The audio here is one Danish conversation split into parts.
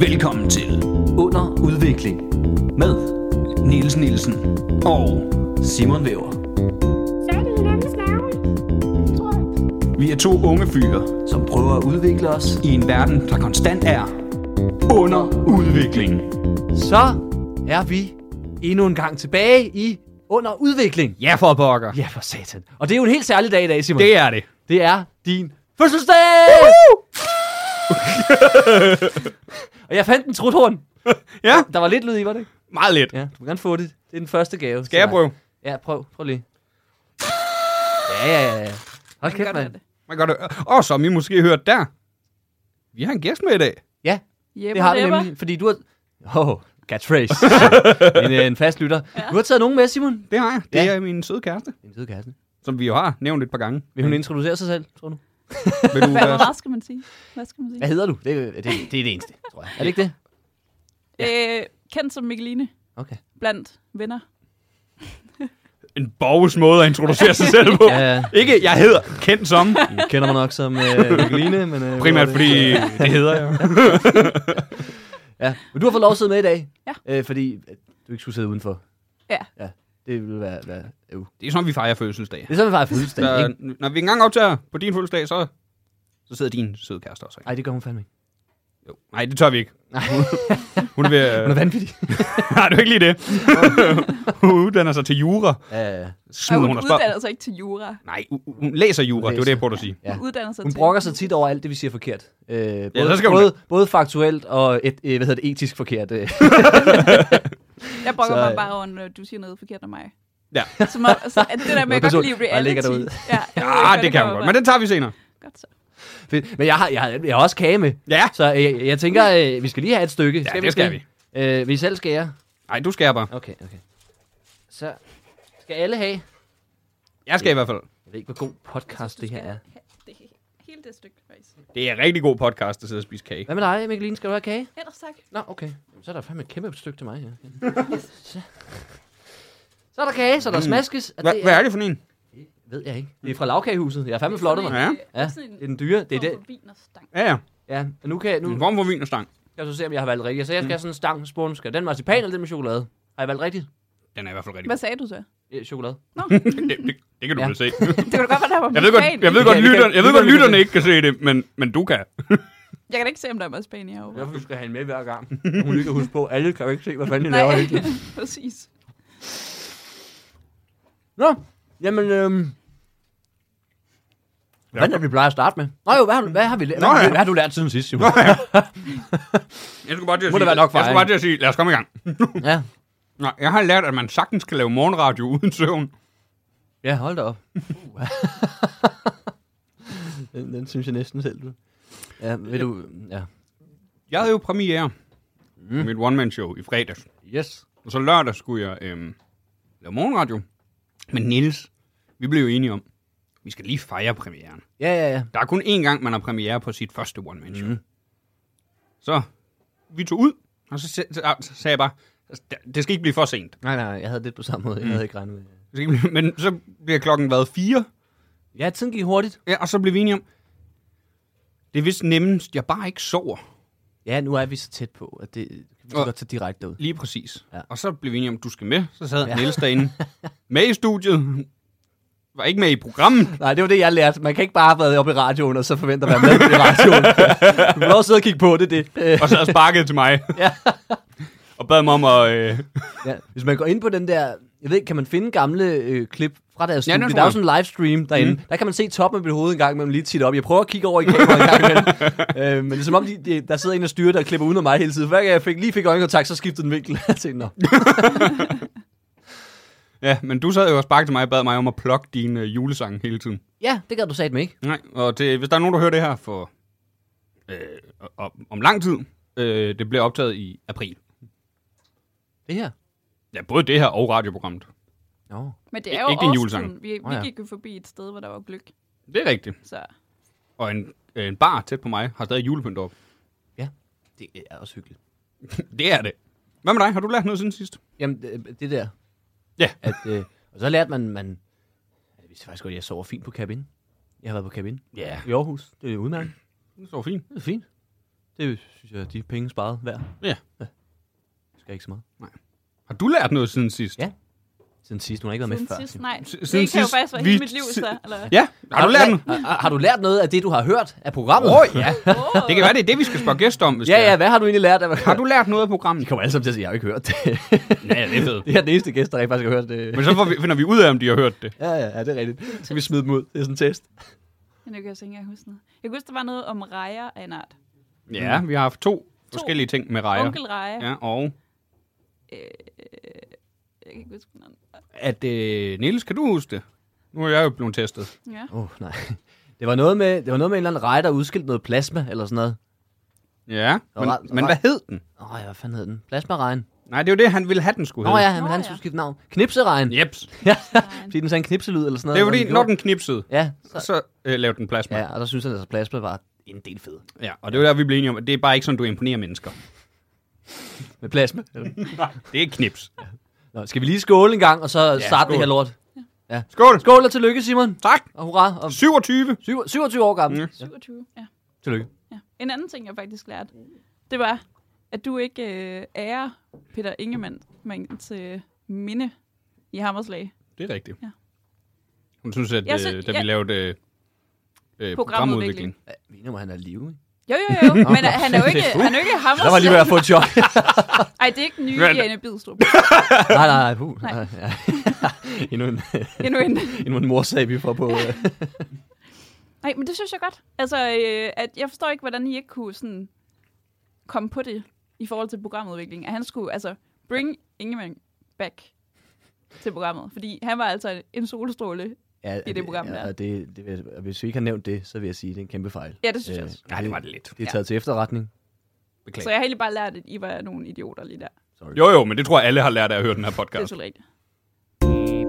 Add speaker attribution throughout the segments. Speaker 1: Velkommen til Under Udvikling med Niels Nielsen og Simon Væver.
Speaker 2: Fat i hinandens navle. Tror jeg.
Speaker 1: Vi er to unge fyre
Speaker 3: som prøver at udvikle os.
Speaker 1: i en verden, der konstant er under udvikling.
Speaker 3: Så er vi endnu en gang tilbage i Under Udvikling.
Speaker 1: Ja, for pokker.
Speaker 3: Ja, for satan. Og det er jo en helt særlig dag i dag, Simon.
Speaker 1: Det er det.
Speaker 3: det er din fødselsdag! Og jeg fandt en truthorn.
Speaker 1: Ja,
Speaker 3: Der var lidt lyd i, var det ikke?
Speaker 1: meget let.
Speaker 3: Ja, du må gerne få det. Det er den første gave.
Speaker 1: Skal jeg prøve?
Speaker 3: Ja, prøv. Prøv lige. Ja, ja, ja. Hold kæft, mand.
Speaker 1: Man kan godt høre. Og som I måske hørt der, vi har en gæst med i dag.
Speaker 3: Ja,
Speaker 4: Jeppe,
Speaker 3: det har vi
Speaker 4: Jeppe.
Speaker 3: nemlig, fordi du har... Oh, catchphrase. en, øh, en fast lytter. Du har taget nogen med, Simon.
Speaker 1: Det har jeg. Det
Speaker 3: Ja.
Speaker 1: er min søde kæreste,
Speaker 3: En søde kæreste.
Speaker 1: som vi jo har nævnt et par gange.
Speaker 3: Vil hun introducere sig selv, tror du?
Speaker 1: Vil du
Speaker 4: Hvad,
Speaker 1: være...
Speaker 4: hvad skal man sige? Hvad skal man sige?
Speaker 3: Hvad hedder du? Det, er- det, det er det eneste, tror jeg. Er det ikke det?
Speaker 4: Øh, kendt som Mikkeline
Speaker 3: Okay.
Speaker 4: blandt venner.
Speaker 1: En borges måde at introducere sig selv på.
Speaker 3: Ja,
Speaker 1: Ikke, jeg hedder kendt som,
Speaker 3: kender mig nok som øh, Nicoline, men... Øh,
Speaker 1: primært fordi det hedder jeg.
Speaker 3: Ja, men du har fået lov at sidde med i dag.
Speaker 4: Ja.
Speaker 3: Øh, fordi øh, du ikke skulle sidde udenfor.
Speaker 4: Ja.
Speaker 3: Ja, det ville være... være øh.
Speaker 1: Det er sådan, vi fejrer fødselsdag.
Speaker 3: Det er sådan, vi faktisk fødselsdag,
Speaker 1: Så,
Speaker 3: ikke?
Speaker 1: når vi engang optager på din fødselsdag, så, så sidder din søde kæreste også. Ikke?
Speaker 3: Ej, det gør hun fandme ikke.
Speaker 1: Jo. Nej, det tør vi ikke.
Speaker 3: Nej,
Speaker 1: Hun er ved
Speaker 3: hun
Speaker 1: at...
Speaker 3: er vanvittig.
Speaker 1: Nej, det er jo ikke lige det. hun uddanner sig til jura.
Speaker 3: Ja, ja.
Speaker 4: Og
Speaker 1: Smider
Speaker 4: hun
Speaker 1: hun os bare...
Speaker 4: uddanner sig ikke til jura.
Speaker 1: Nej, u- hun læser jura, det var det, jeg prøvede at sige.
Speaker 3: Ja.
Speaker 4: Hun uddanner sig
Speaker 3: hun
Speaker 4: til...
Speaker 3: brokker sig tit over alt det, vi siger forkert. Øh, både,
Speaker 1: så skal hun-
Speaker 3: både, både faktuelt og et, øh, hvad hedder det, etisk forkert. Øh.
Speaker 4: Jeg brokker
Speaker 3: så-
Speaker 4: mig bare over, når du siger noget forkert om mig.
Speaker 1: Ja.
Speaker 4: Som er, så, at det der med, at jeg godt
Speaker 3: personligt.
Speaker 4: lide
Speaker 3: Og jeg lægger
Speaker 4: reality.
Speaker 3: dig ud.
Speaker 4: Ja, jeg ved ikke,
Speaker 1: Ja, det kan hun
Speaker 4: kommer
Speaker 1: godt,
Speaker 4: fra.
Speaker 1: men den tager vi senere.
Speaker 4: Godt så.
Speaker 3: Fedt. Men jeg har, jeg, har, jeg har også kage med.
Speaker 1: Ja.
Speaker 3: Så øh, jeg, jeg tænker, øh, vi skal lige have et stykke.
Speaker 1: Ja, det skal vi.
Speaker 3: Øh, vi selv skærer.
Speaker 1: Nej, du skærer bare.
Speaker 3: Okay, okay. Så skal alle have.
Speaker 1: Jeg skal i hvert fald.
Speaker 3: Jeg ved ikke, hvor god podcast det her er.
Speaker 4: Det er hele det stykke, faktisk.
Speaker 1: Det er en rigtig god podcast at sidde og spise kage.
Speaker 3: Hvad med dig, Mikkeline? Skal du have kage?
Speaker 4: Ellers tak.
Speaker 3: Nå, okay. Så er der fandme et kæmpe stykke til mig her. Så. så er der kage, så der smaskes. Og
Speaker 1: Hva,
Speaker 3: det
Speaker 1: hvad er det for en?
Speaker 3: Ved jeg ikke. Det er fra lavkagehuset. Jeg er fandme flottet, mig.
Speaker 1: Ja.
Speaker 3: Ja, det er den dyre. Det er det.
Speaker 4: Vin og stank.
Speaker 1: Ja, ja.
Speaker 3: Ja, og nu kan jeg, nu
Speaker 1: En
Speaker 3: kan
Speaker 1: form for vin og stang.
Speaker 3: jeg så se, om jeg har valgt rigtigt. Så jeg skal have sådan en stang spurgt. Skal den marcipan eller den med chokolade? Har jeg valgt rigtigt?
Speaker 1: Den er i hvert fald rigtig
Speaker 4: Hvad
Speaker 1: god.
Speaker 4: sagde du så?
Speaker 3: Eh, Chokolade.
Speaker 1: Det, det, det kan du
Speaker 3: Ja.
Speaker 1: vel se.
Speaker 4: Det kunne da godt være, der var
Speaker 1: Jeg ved godt,
Speaker 4: marcipan i.
Speaker 1: jeg ved
Speaker 3: Vi
Speaker 1: godt,
Speaker 3: kan- vi
Speaker 1: lytterne,
Speaker 3: kan-
Speaker 1: jeg ved
Speaker 3: vi kan-
Speaker 1: godt
Speaker 3: vi kan-
Speaker 1: lytterne ikke kan se det, men, men du kan.
Speaker 4: Jeg kan da ikke se, om der er marcipan i herovre.
Speaker 3: Derfor skal have en med hver gang. Hun lige kan huske på, alle kan jo ikke se, hvad fanden de
Speaker 4: Nej,
Speaker 3: laver hele tiden.
Speaker 4: præcis.
Speaker 3: Nå, jamen, øhm, hvad er det, vi plejer at starte med? Nå jo, hvad har du, hvad har vi, lært- hvad,
Speaker 1: Nå
Speaker 3: har
Speaker 1: ja.
Speaker 3: du- hvad har du lært siden sidst, Simon?
Speaker 1: Jeg skulle bare til at sige,
Speaker 3: Må det
Speaker 1: jeg
Speaker 3: være nok
Speaker 1: skulle
Speaker 3: fejring.
Speaker 1: bare til at sige, lad os komme i gang.
Speaker 3: ja.
Speaker 1: Nej, jeg har lært, at man sagtens kan lave morgenradio uden søvn.
Speaker 3: ja, hold da op. Uh. den, den, synes jeg næsten selv, du. Ja, vil du, ja.
Speaker 1: Jeg havde jo premiere mm. mit one-man-show i fredags.
Speaker 3: Yes.
Speaker 1: Og så lørdag skulle jeg øhm, lave morgenradio. Men Niels, vi blev jo enige om, vi skal lige fejre premieren.
Speaker 3: Ja, ja, ja.
Speaker 1: Der er kun én gang, man har premiere på sit første one-man-show. Mm. Så vi tog ud, og så, sa- så, så sagde jeg bare, "Altså, det skal ikke blive for sent.
Speaker 3: Nej, nej, jeg havde lidt på samme måde. Jeg havde ikke regnet med.
Speaker 1: Det skal ikke blive, men så bliver klokken været fire,
Speaker 3: Ja, tiden gik hurtigt.
Speaker 1: ja, og så blev vi enige om, det er vist nemmest, jeg bare ikke sover.
Speaker 3: Ja, nu er vi så tæt på, at det kan vi så
Speaker 1: Og-
Speaker 3: godt tage direkte ud.
Speaker 1: Lige præcis. Ja.
Speaker 3: Ja.
Speaker 1: Og så blev vi enige om, du skal med. Så sad ja.
Speaker 3: Ja.
Speaker 1: Niels derinde med i studiet. Var ikke med i programmet.
Speaker 3: Nej, det var det, jeg lærte. Man kan ikke bare have været oppe i radioen, og så forvente at være med i radioen. Du må også sidde og kigge på det, det. Øh,
Speaker 1: Og så havde sparket til mig.
Speaker 3: Ja.
Speaker 1: Og bad mig om at... Øh,
Speaker 3: Ja. Hvis man går ind på den der, jeg ved ikke, kan man finde gamle øh, klip fra deres
Speaker 1: Ja,
Speaker 3: studie?
Speaker 1: det tror
Speaker 3: der er jo
Speaker 1: jeg.
Speaker 3: sådan en livestream derinde. Mm. Der kan man se toppen af mit hoved en gang imellem lige tit op. Jeg prøver at kigge over i kameraet en gang imellem. øh, men det er som om, de, de, der sidder en og styrer, der klipper udenom mig hele tiden. Hver gang jeg fik, lige fik øjenkontakt, så skiftede den vinkel. jeg tænkte, Nå.
Speaker 1: ja, men du sad jo og sparkede til mig og bad mig om at plukke din øh, julesang hele tiden.
Speaker 3: Ja, det gad du satme ikke.
Speaker 1: Nej, og det, hvis der er nogen, der hører det her for... Øh, om, om lang tid. Øh, det bliver optaget i april.
Speaker 3: Det her.
Speaker 1: Ja, både det her og radioprogrammet.
Speaker 3: Nå.
Speaker 4: Men det
Speaker 1: Ik-
Speaker 4: er jo
Speaker 1: ikke din
Speaker 4: årstiden.
Speaker 1: julesang.
Speaker 4: Vi,
Speaker 3: Nå
Speaker 4: vi
Speaker 3: ja.
Speaker 4: gik jo forbi et sted, hvor der var gløk.
Speaker 1: Det er rigtigt.
Speaker 4: Så
Speaker 1: Og en, øh, en bar tæt på mig har stadig julepynt op.
Speaker 3: Det er også hyggeligt.
Speaker 1: Det er det. Hvad med dig? Har du lært noget siden sidst?
Speaker 3: Jamen, øh, det, det der.
Speaker 1: Ja.
Speaker 3: At, øh, og så lærte man, man... Jeg vidste faktisk godt, at jeg sover fint på kabinen. Jeg har været på kabinen
Speaker 1: Ja.
Speaker 3: i Aarhus. Det er udmærket.
Speaker 1: Det står fint.
Speaker 3: Det er fint. Det Det synes jeg, de er penge sparet hver.
Speaker 1: Ja.
Speaker 3: Skal ikke så meget.
Speaker 1: Har du lært noget siden sidst?
Speaker 3: Ja. Siden sidst, hun har ikke været med
Speaker 4: Siden
Speaker 3: før.
Speaker 4: sidst, nej.
Speaker 1: S-
Speaker 4: det
Speaker 1: siden
Speaker 4: kan jo
Speaker 1: sidst,
Speaker 4: faktisk være
Speaker 1: vi-
Speaker 4: hele mit liv, så.
Speaker 1: si-
Speaker 4: Eller?
Speaker 1: Ja, har du lært noget?
Speaker 3: har, har, du lært noget af det, du har hørt af programmet?
Speaker 1: Åh, ja.
Speaker 4: Åh.
Speaker 1: Det kan være, det er det, vi skal spørge gæster om, hvis
Speaker 3: Ja,
Speaker 1: det er.
Speaker 3: ja, hvad har du egentlig lært af
Speaker 1: Har du lært noget af
Speaker 3: De
Speaker 1: programmet?
Speaker 3: kommer alle sammen til at sige, jeg har jo ikke hørt det.
Speaker 1: Ja, ja, det er fedt.
Speaker 3: det er den eneste gæst, der rent faktisk har hørt det.
Speaker 1: Men så får vi, finder vi ud af, om de har hørt det.
Speaker 3: Ja, ja, ja, det er rigtigt. Skal vi smide dem ud? Det er sådan en test.
Speaker 4: Men jeg kan jeg så ikke engang huske noget. Jeg kan huske, der var noget om rejer af en art.
Speaker 1: Ja, vi har haft to, forskellige ting med rejer.
Speaker 4: Onkel rejer. Øh,
Speaker 1: Ja, og
Speaker 4: Jeg kan ikke huske noget.
Speaker 1: at, øh, Niels, kan du huske det? Nu er jeg jo blevet testet.
Speaker 4: Ja.
Speaker 3: Åh, oh, nej. Det var, noget med, det var noget med en eller anden rej, der udskilte noget plasma eller sådan noget.
Speaker 1: Ja, men,
Speaker 3: ret-
Speaker 1: men
Speaker 3: ret-
Speaker 1: hvad hed den?
Speaker 3: Åh, oh, hvad fanden hed den? Plasmaregn.
Speaker 1: Nej, det er jo det, han ville have, den skulle
Speaker 3: Nå
Speaker 1: hedde.
Speaker 3: ja, men
Speaker 4: Nå,
Speaker 3: han
Speaker 4: ja.
Speaker 3: skulle skifte navn. Knipseregn.
Speaker 1: Jeps.
Speaker 3: Fordi den sagde en knipselyd eller sådan noget.
Speaker 1: Det er fordi,
Speaker 3: gjorde-
Speaker 1: når den knipsede,
Speaker 3: Ja, så...
Speaker 1: så øh, lavede den plasma.
Speaker 3: ja, og der synes han, at plasma var en del fed.
Speaker 1: Ja, og det var der, vi blev enige om, at det er bare ikke sådan, du imponerer mennesker.
Speaker 3: Med plasma.
Speaker 1: Det er et knips.
Speaker 3: Nå, skal vi lige skåle en gang, og så ja, starte
Speaker 1: skål.
Speaker 3: det her lort?
Speaker 1: Skål!
Speaker 3: Skål og tillykke, Simon.
Speaker 1: Tak!
Speaker 3: Og hurra. Og
Speaker 1: 27!
Speaker 3: syv- 27 år gammel.
Speaker 1: Mm.
Speaker 3: Ja.
Speaker 4: 27. Ja.
Speaker 3: Tillykke.
Speaker 4: ja. En anden ting, jeg faktisk lærte, det var, at du ikke øh, ærer Peter Ingemann men til minde i Hammerslag.
Speaker 1: Det er rigtigt.
Speaker 4: Ja.
Speaker 1: Hun synes, at
Speaker 4: Ja,
Speaker 1: øh,
Speaker 4: så-
Speaker 1: da
Speaker 4: ja.
Speaker 1: vi lavede øh, øh,
Speaker 4: Programudvikling.
Speaker 1: programudvikling,
Speaker 3: Ja, Vi må han er i live. ikke?
Speaker 4: Jo, jo, jo. men øh, han er jo ikke,
Speaker 3: Puh.
Speaker 4: han er jo ikke
Speaker 3: Jeg var lige
Speaker 4: Hammerslag.
Speaker 3: ved at få et chok.
Speaker 4: Ej, det er ikke den nye
Speaker 1: Hvad er det?
Speaker 4: Jane Bidstrup.
Speaker 3: nej, nej, nej. Puh.
Speaker 4: Nej.
Speaker 3: nej. Ja. endnu, en,
Speaker 4: Endnu en.
Speaker 3: endnu en morsag, vi får på. øh.
Speaker 4: Nej, men det synes jeg godt. Altså, øh, at jeg forstår ikke, hvordan I ikke kunne sådan komme på det i forhold til programudvikling. At han skulle, altså, bring Ingemann back til programmet. Fordi han var altså en solstråle.
Speaker 3: Ja,
Speaker 4: det program, der er.
Speaker 3: og det, det vil, jeg- og hvis vi ikke har nævnt det, så vil jeg sige, at det er en kæmpe fejl.
Speaker 4: Ja, det synes jeg
Speaker 3: Øh,
Speaker 4: også.
Speaker 1: Nej, det var det lidt.
Speaker 3: Det er taget til efterretning.
Speaker 1: Beklager.
Speaker 4: Så jeg har egentlig bare lært, at I var nogle idioter lige der.
Speaker 3: Sorry.
Speaker 1: Jo, jo, men det tror jeg, alle har lært af at høre den her
Speaker 4: Det er
Speaker 1: podcast.
Speaker 4: selvfølgelig rigtigt.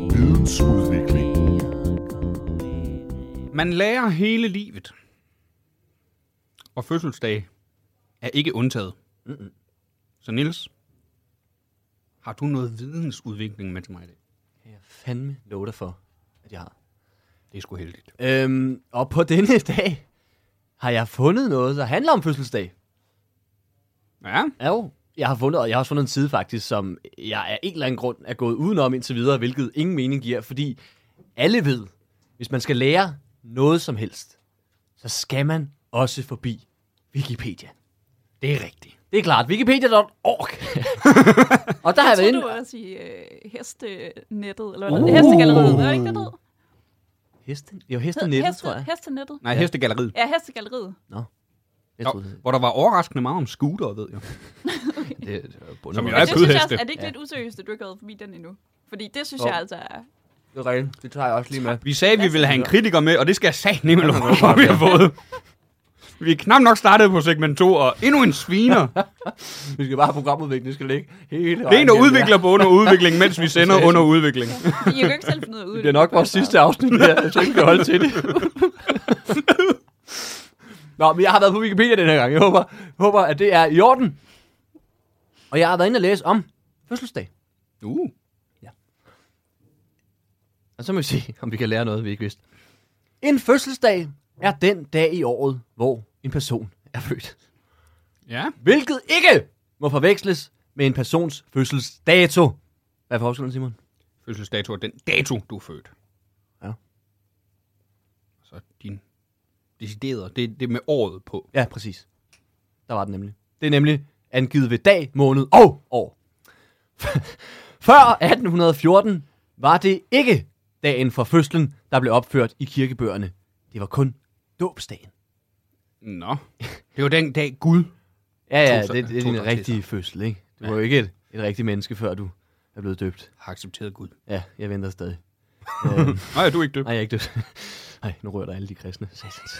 Speaker 5: Vidensudvikling.
Speaker 1: Man lærer hele livet. Og fødselsdag er ikke undtaget. Mm-mm. Så Nils, har du noget vidensudvikling med til mig i dag?
Speaker 3: Kan jeg fandme love dig for, at jeg har.
Speaker 1: Det er sgu heldigt.
Speaker 3: Øhm, og på denne dag har jeg fundet noget, der handler om fødselsdag.
Speaker 1: Ja,
Speaker 3: Ja, jo. Jeg har, fundet, og jeg har også fundet en side faktisk, som jeg af en eller anden grund er gået udenom indtil videre, hvilket ingen mening giver, fordi alle ved, hvis man skal lære noget som helst, så skal man også forbi Wikipedia.
Speaker 1: det er rigtigt.
Speaker 3: Det er klart, wikipedia.org. og der har jeg været
Speaker 4: Jeg
Speaker 3: inde...
Speaker 4: tror, du var også i øh, hestenettet, eller hvad uh. Hestegalleriet, var det ikke det hed?
Speaker 3: Hesten? Jo, hestenettet, tror jeg.
Speaker 4: Hestenettet.
Speaker 1: Nej, ja. Hestegalleriet.
Speaker 4: Ja, Hestegalleriet.
Speaker 3: jeg
Speaker 1: Nå,
Speaker 3: troede,
Speaker 1: hvor der var overraskende meget om scooter, ved jeg.
Speaker 3: det, det var bundet.
Speaker 1: Som jo
Speaker 4: Ja,
Speaker 1: er
Speaker 4: det synes jeg også,
Speaker 1: kødheste.
Speaker 4: er det ikke
Speaker 3: Ja.
Speaker 4: lidt useriøst, at du ikke har været forbi den endnu? Fordi det synes
Speaker 3: Jo.
Speaker 4: jeg altså er...
Speaker 3: Det, er rigtigt. det tager jeg også lige med.
Speaker 1: Vi sagde, at vi ville have en kritiker med, og det skal jeg sagt nemme lov,
Speaker 3: det er
Speaker 1: vi har fået. Vi er knap nok startet på segment 2, og endnu en sviner.
Speaker 3: Vi skal bare have programudvikling, det skal ligge hele
Speaker 1: Det er en, der udvikler på under udvikling, mens vi sender under udvikling.
Speaker 4: I kan jo ikke selv finde ud af
Speaker 3: Det er nok vores sidste afsnit, det her. jeg tror ikke, vi holder til det. Nå, men jeg har været på Wikipedia den her gang. Jeg håber, håber at det er i orden. Og jeg har været inde og læse om fødselsdag.
Speaker 1: Uh,
Speaker 3: Og så må vi se, om vi kan lære noget, vi ikke vidste. En fødselsdag er den dag i året, hvor en person er født.
Speaker 1: ja.
Speaker 3: Hvilket ikke må forveksles med en persons fødselsdato. Hvad er forskellen, Simon?
Speaker 1: Fødselsdato er den dato, du er født.
Speaker 3: Ja.
Speaker 1: Så din deciderede, det, det med året på.
Speaker 3: Ja, præcis. Der var den nemlig. Det er nemlig angivet ved dag, måned og år. Før 1814 var det ikke dagen for fødslen, der blev opført i kirkebøgerne. Det var kun dåbsdagen.
Speaker 1: Nå. Det var den dag Gud.
Speaker 3: Ja, ja,
Speaker 1: To-
Speaker 3: det, det er
Speaker 1: to-
Speaker 3: din
Speaker 1: to-
Speaker 3: rigtige fødsel, ikke? Du var jo ikke et, et rigtigt menneske, før du er blevet døbt.
Speaker 1: har accepteret Gud.
Speaker 3: Ja, jeg venter stadig. øhm,
Speaker 1: Nej, du er ikke døbt.
Speaker 3: Nej, jeg er ikke døbt. Nej, nu rører der alle de kristne. Satans.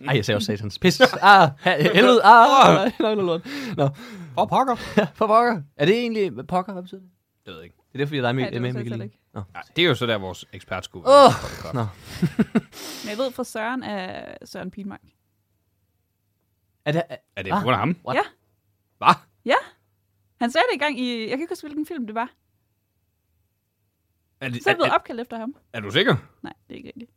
Speaker 3: Nej, jeg sagde også satans. Pis. Ah, helvede. Ah, nej, nej, nej, lort. Nå,
Speaker 1: For pokker.
Speaker 3: for pokker. Er det egentlig... hvad Pokker, hvad betyder det?
Speaker 1: Det ved jeg ikke.
Speaker 3: Det er derfor, jeg er dig med,
Speaker 4: Ja, det
Speaker 3: ja, med
Speaker 4: ved jeg
Speaker 3: Mikkel.
Speaker 4: selv ikke.
Speaker 3: Nå.
Speaker 1: Ja, det er jo så der, vores ekspert skulle være.
Speaker 3: Åh, nå.
Speaker 4: Men jeg ved fra Søren af Søren Pilmark.
Speaker 3: Er det... Er,
Speaker 1: Er det
Speaker 3: Ah.
Speaker 1: på grund af ham?
Speaker 3: What?
Speaker 4: Ja.
Speaker 1: Hvad?
Speaker 4: Ja. Han sagde det i gang i... Jeg kan ikke huske, hvilken film det var.
Speaker 1: Er, det,
Speaker 4: Så er
Speaker 1: er,
Speaker 4: jeg blevet
Speaker 1: er,
Speaker 4: opkaldt efter ham.
Speaker 1: er du sikker?
Speaker 4: Nej, det er ikke rigtigt.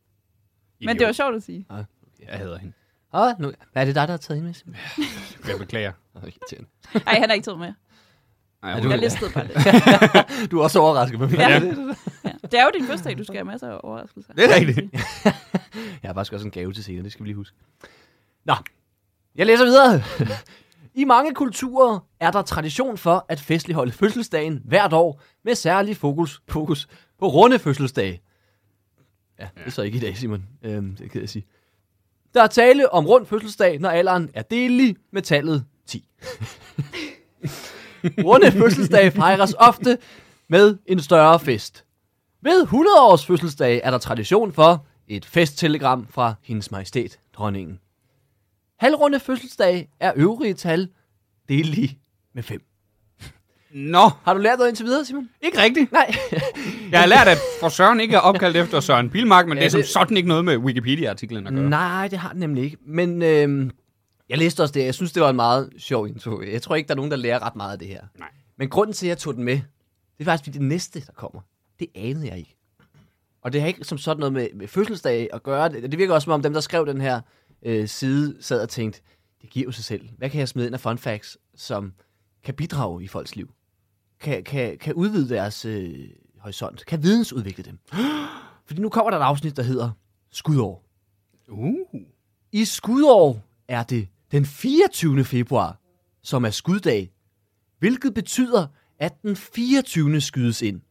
Speaker 1: Idiot.
Speaker 4: Men det var sjovt at sige.
Speaker 1: Jeg hader hende.
Speaker 3: Åh, nu, er det dig, der har taget hende med? Simon?
Speaker 1: Jeg beklager.
Speaker 3: Åh, irriterende.
Speaker 4: Nej, han har ikke taget med.
Speaker 1: Ej,
Speaker 3: Er
Speaker 1: er
Speaker 3: du-
Speaker 1: du...
Speaker 4: Jeg listede bare det.
Speaker 3: Du er også overrasket på mig.
Speaker 4: Ja.
Speaker 3: det,
Speaker 4: Ja. Det er jo din fødselsdag, du skal have masser af overraskelser.
Speaker 3: det er rigtigt. Jeg har faktisk også en gave til senere, det skal vi lige huske. Nå, jeg læser videre. I mange kulturer er der tradition for at festligholde fødselsdagen hvert år med særlig fokus, fokus på runde fødselsdage. Ja, det er så ikke i dag, Simon. Øhm, det kan jeg sige. Der er tale om rund fødselsdag, når alderen er delig med tallet 10. Runde fødselsdage fejres ofte med en større fest. Ved 100 års fødselsdag er der tradition for et festtelegram fra hendes majestæt, dronningen. Halvrunde fødselsdag er øvrige tal delige med 5.
Speaker 1: Nå,
Speaker 3: Har du lært noget indtil videre, Simon?
Speaker 1: ikke rigtigt.
Speaker 3: Nej.
Speaker 1: Jeg har lært, at for Søren ikke er opkaldt efter Søren Pilmark, men
Speaker 3: Ja,
Speaker 1: det er som
Speaker 3: det-
Speaker 1: sådan ikke noget med Wikipedia-artiklen at gøre.
Speaker 3: Nej, det har den nemlig ikke. Men øhm, jeg læste også det. Jeg synes, det var en meget sjov intro. Jeg tror ikke, der er nogen, der lærer ret meget af det her.
Speaker 1: Nej.
Speaker 3: Men grunden til, at jeg tog den med, det er faktisk fordi det næste, der kommer. Det anede jeg ikke. Og det har ikke som sådan noget med, med fødselsdag at gøre. Det, det virker også som om dem, der skrev den her øh, side, sad og tænkte, det giver jo sig selv. Hvad kan jeg smide ind af fun facts, som kan bidrage i folks liv? Kan, kan, kan udvide deres øh, horisont? Kan vidensudvikle dem? Fordi nu kommer der et afsnit, der hedder Skudår.
Speaker 1: Uh.
Speaker 3: I skudår er det den 24. februar, som er skuddag, hvilket betyder, at den 24. skydes ind.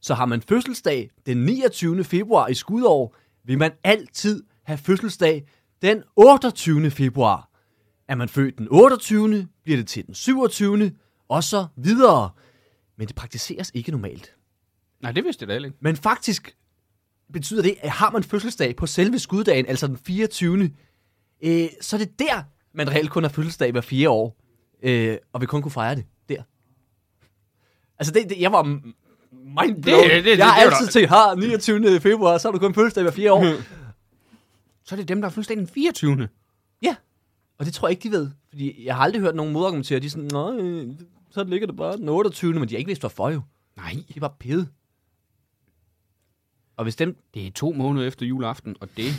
Speaker 3: Så har man fødselsdag den 29. februar i skudår, vil man altid have fødselsdag den 28. februar. Er man født den 28., bliver det til den 27. og så videre. Men det praktiseres ikke normalt.
Speaker 1: Nej, det vidste jeg da heller ikke.
Speaker 3: Men faktisk betyder det, at har man fødselsdag på selve skuddagen, altså den 24., øh, så er det der, man reelt kun har fødselsdag hver fire år, øh, og vi kun kunne fejre det der. Altså, det, det, jeg var mind
Speaker 1: Det- det- det-
Speaker 3: Jeg har
Speaker 1: det var
Speaker 3: altid
Speaker 1: da-
Speaker 3: tænkt, har 29. februar, så har du kun fødselsdag hver fire år.
Speaker 1: Hmm. Så er det dem, der er fuldstændig den 24.
Speaker 3: ja, og det tror jeg ikke, de ved. Fordi jeg har aldrig hørt nogen modargumentere, de er sådan, nej, øh, så ligger det bare den 28. Men de har ikke vidst, hvorfor jo.
Speaker 1: Nej,
Speaker 3: De var pede. Og hvis dem,
Speaker 1: det er to måneder efter juleaften, og det...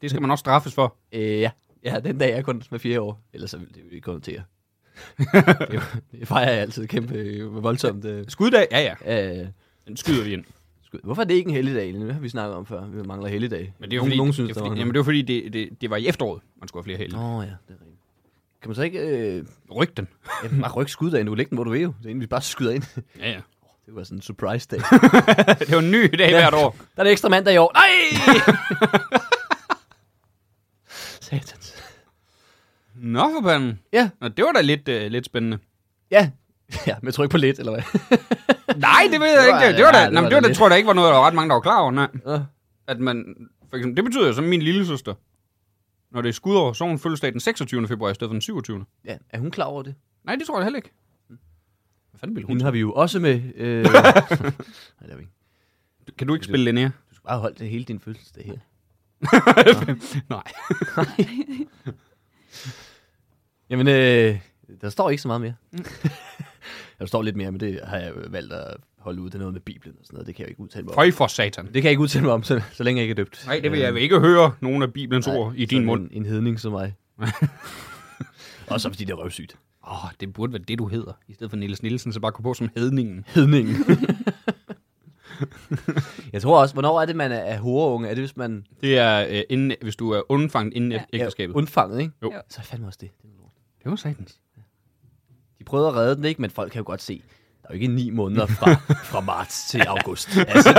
Speaker 1: Det skal man også straffes for.
Speaker 3: Øh, ja. ja, den dag er jeg kun med fire år. Ellers så ville det jo ikke komme til jer. det, er jo- det fejrer jeg altid kæmpe øh, voldsomt. Øh.
Speaker 1: Skuddag? Ja, ja.
Speaker 3: Øh,
Speaker 1: Den skyder vi ind.
Speaker 3: skud. Hvorfor er det ikke en helligdag egentlig? Det har vi snakket om før. Vi mangler helligdag.
Speaker 1: Men det er jo fordi,
Speaker 3: nogen synes,
Speaker 1: det,
Speaker 3: der
Speaker 1: er fordi,
Speaker 3: var nogen.
Speaker 1: jamen, det var fordi, det, det, det var i efteråret, man skulle have flere helge.
Speaker 3: Nå ja, det er rigtigt. Kan man så ikke øh,
Speaker 1: Rygten.
Speaker 3: jamen, bare rykke skuddagen? Du lægger den, hvor du vil jo. Det er egentlig bare skyder ind.
Speaker 1: Ja, ja.
Speaker 3: det var sådan en surprise dag.
Speaker 1: Det var en ny dag hvert år.
Speaker 3: Der er en ekstra mandag i år. Nej! Satans.
Speaker 1: Nå, forbanden.
Speaker 3: Ja,
Speaker 1: Nå, det var da lidt, øh, lidt spændende.
Speaker 3: ja. Ja, med tryk på lidt, eller hvad?
Speaker 1: Nej, det ved jeg
Speaker 3: Det
Speaker 1: ikke.
Speaker 3: var-
Speaker 1: Det, det var
Speaker 3: nej,
Speaker 1: da,
Speaker 3: det
Speaker 1: nej,
Speaker 3: var
Speaker 1: det var
Speaker 3: da
Speaker 1: da, tror jeg da ikke var noget, der var ret mange, der var klar over. Nej.
Speaker 3: Nå.
Speaker 1: At man, for eksempel, det betyder jo som min lille søster. Når det er skudår, så har hun fødselsdag den 26. februar i stedet for den 27.
Speaker 3: Ja, er hun klar over det?
Speaker 1: Nej, det tror jeg heller ikke. Hvad fanden ville hun?
Speaker 3: Hende har vi jo også med. Øh... Nej, det har vi ikke.
Speaker 1: Kan du ikke spille den her?
Speaker 3: Du skal bare holde det hele din fødselsdag her.
Speaker 1: Nej.
Speaker 3: Jamen, øh, der står ikke så meget mere.
Speaker 1: Mm.
Speaker 3: der står lidt mere, men det har jeg valgt at holde ud. Det er noget med Bibelen og sådan noget. Det kan jeg jo ikke udtale mig om.
Speaker 1: Føj for satan.
Speaker 3: Det kan jeg ikke udtale mig om, så, så længe jeg ikke er døbt.
Speaker 1: Nej, det vil jeg
Speaker 3: Øh,
Speaker 1: vel ikke høre nogen af Bibelens
Speaker 3: nej,
Speaker 1: ord i
Speaker 3: sådan
Speaker 1: din mund.
Speaker 3: En, en hedning som mig. og så fordi det er røvsygt.
Speaker 1: Åh, oh, det burde være det, du hedder. I stedet for Niels Nielsen, så bare gå på som hedningen.
Speaker 3: Hedningen. jeg tror også, hvornår er det, man er, er horunge? Er det, hvis man
Speaker 1: Det er, øh, inden, hvis du er undfanget inden
Speaker 4: Ja.
Speaker 1: ja. ægteskabet.
Speaker 3: er undfanget, ikke?
Speaker 1: Jo.
Speaker 4: Jo.
Speaker 3: Så er det fandme også det. det er lort.
Speaker 1: Det var satans.
Speaker 3: De prøvede at redde den, ikke? Men folk kan jo godt se, der er jo ikke ni måneder fra, fra marts til august. Altså,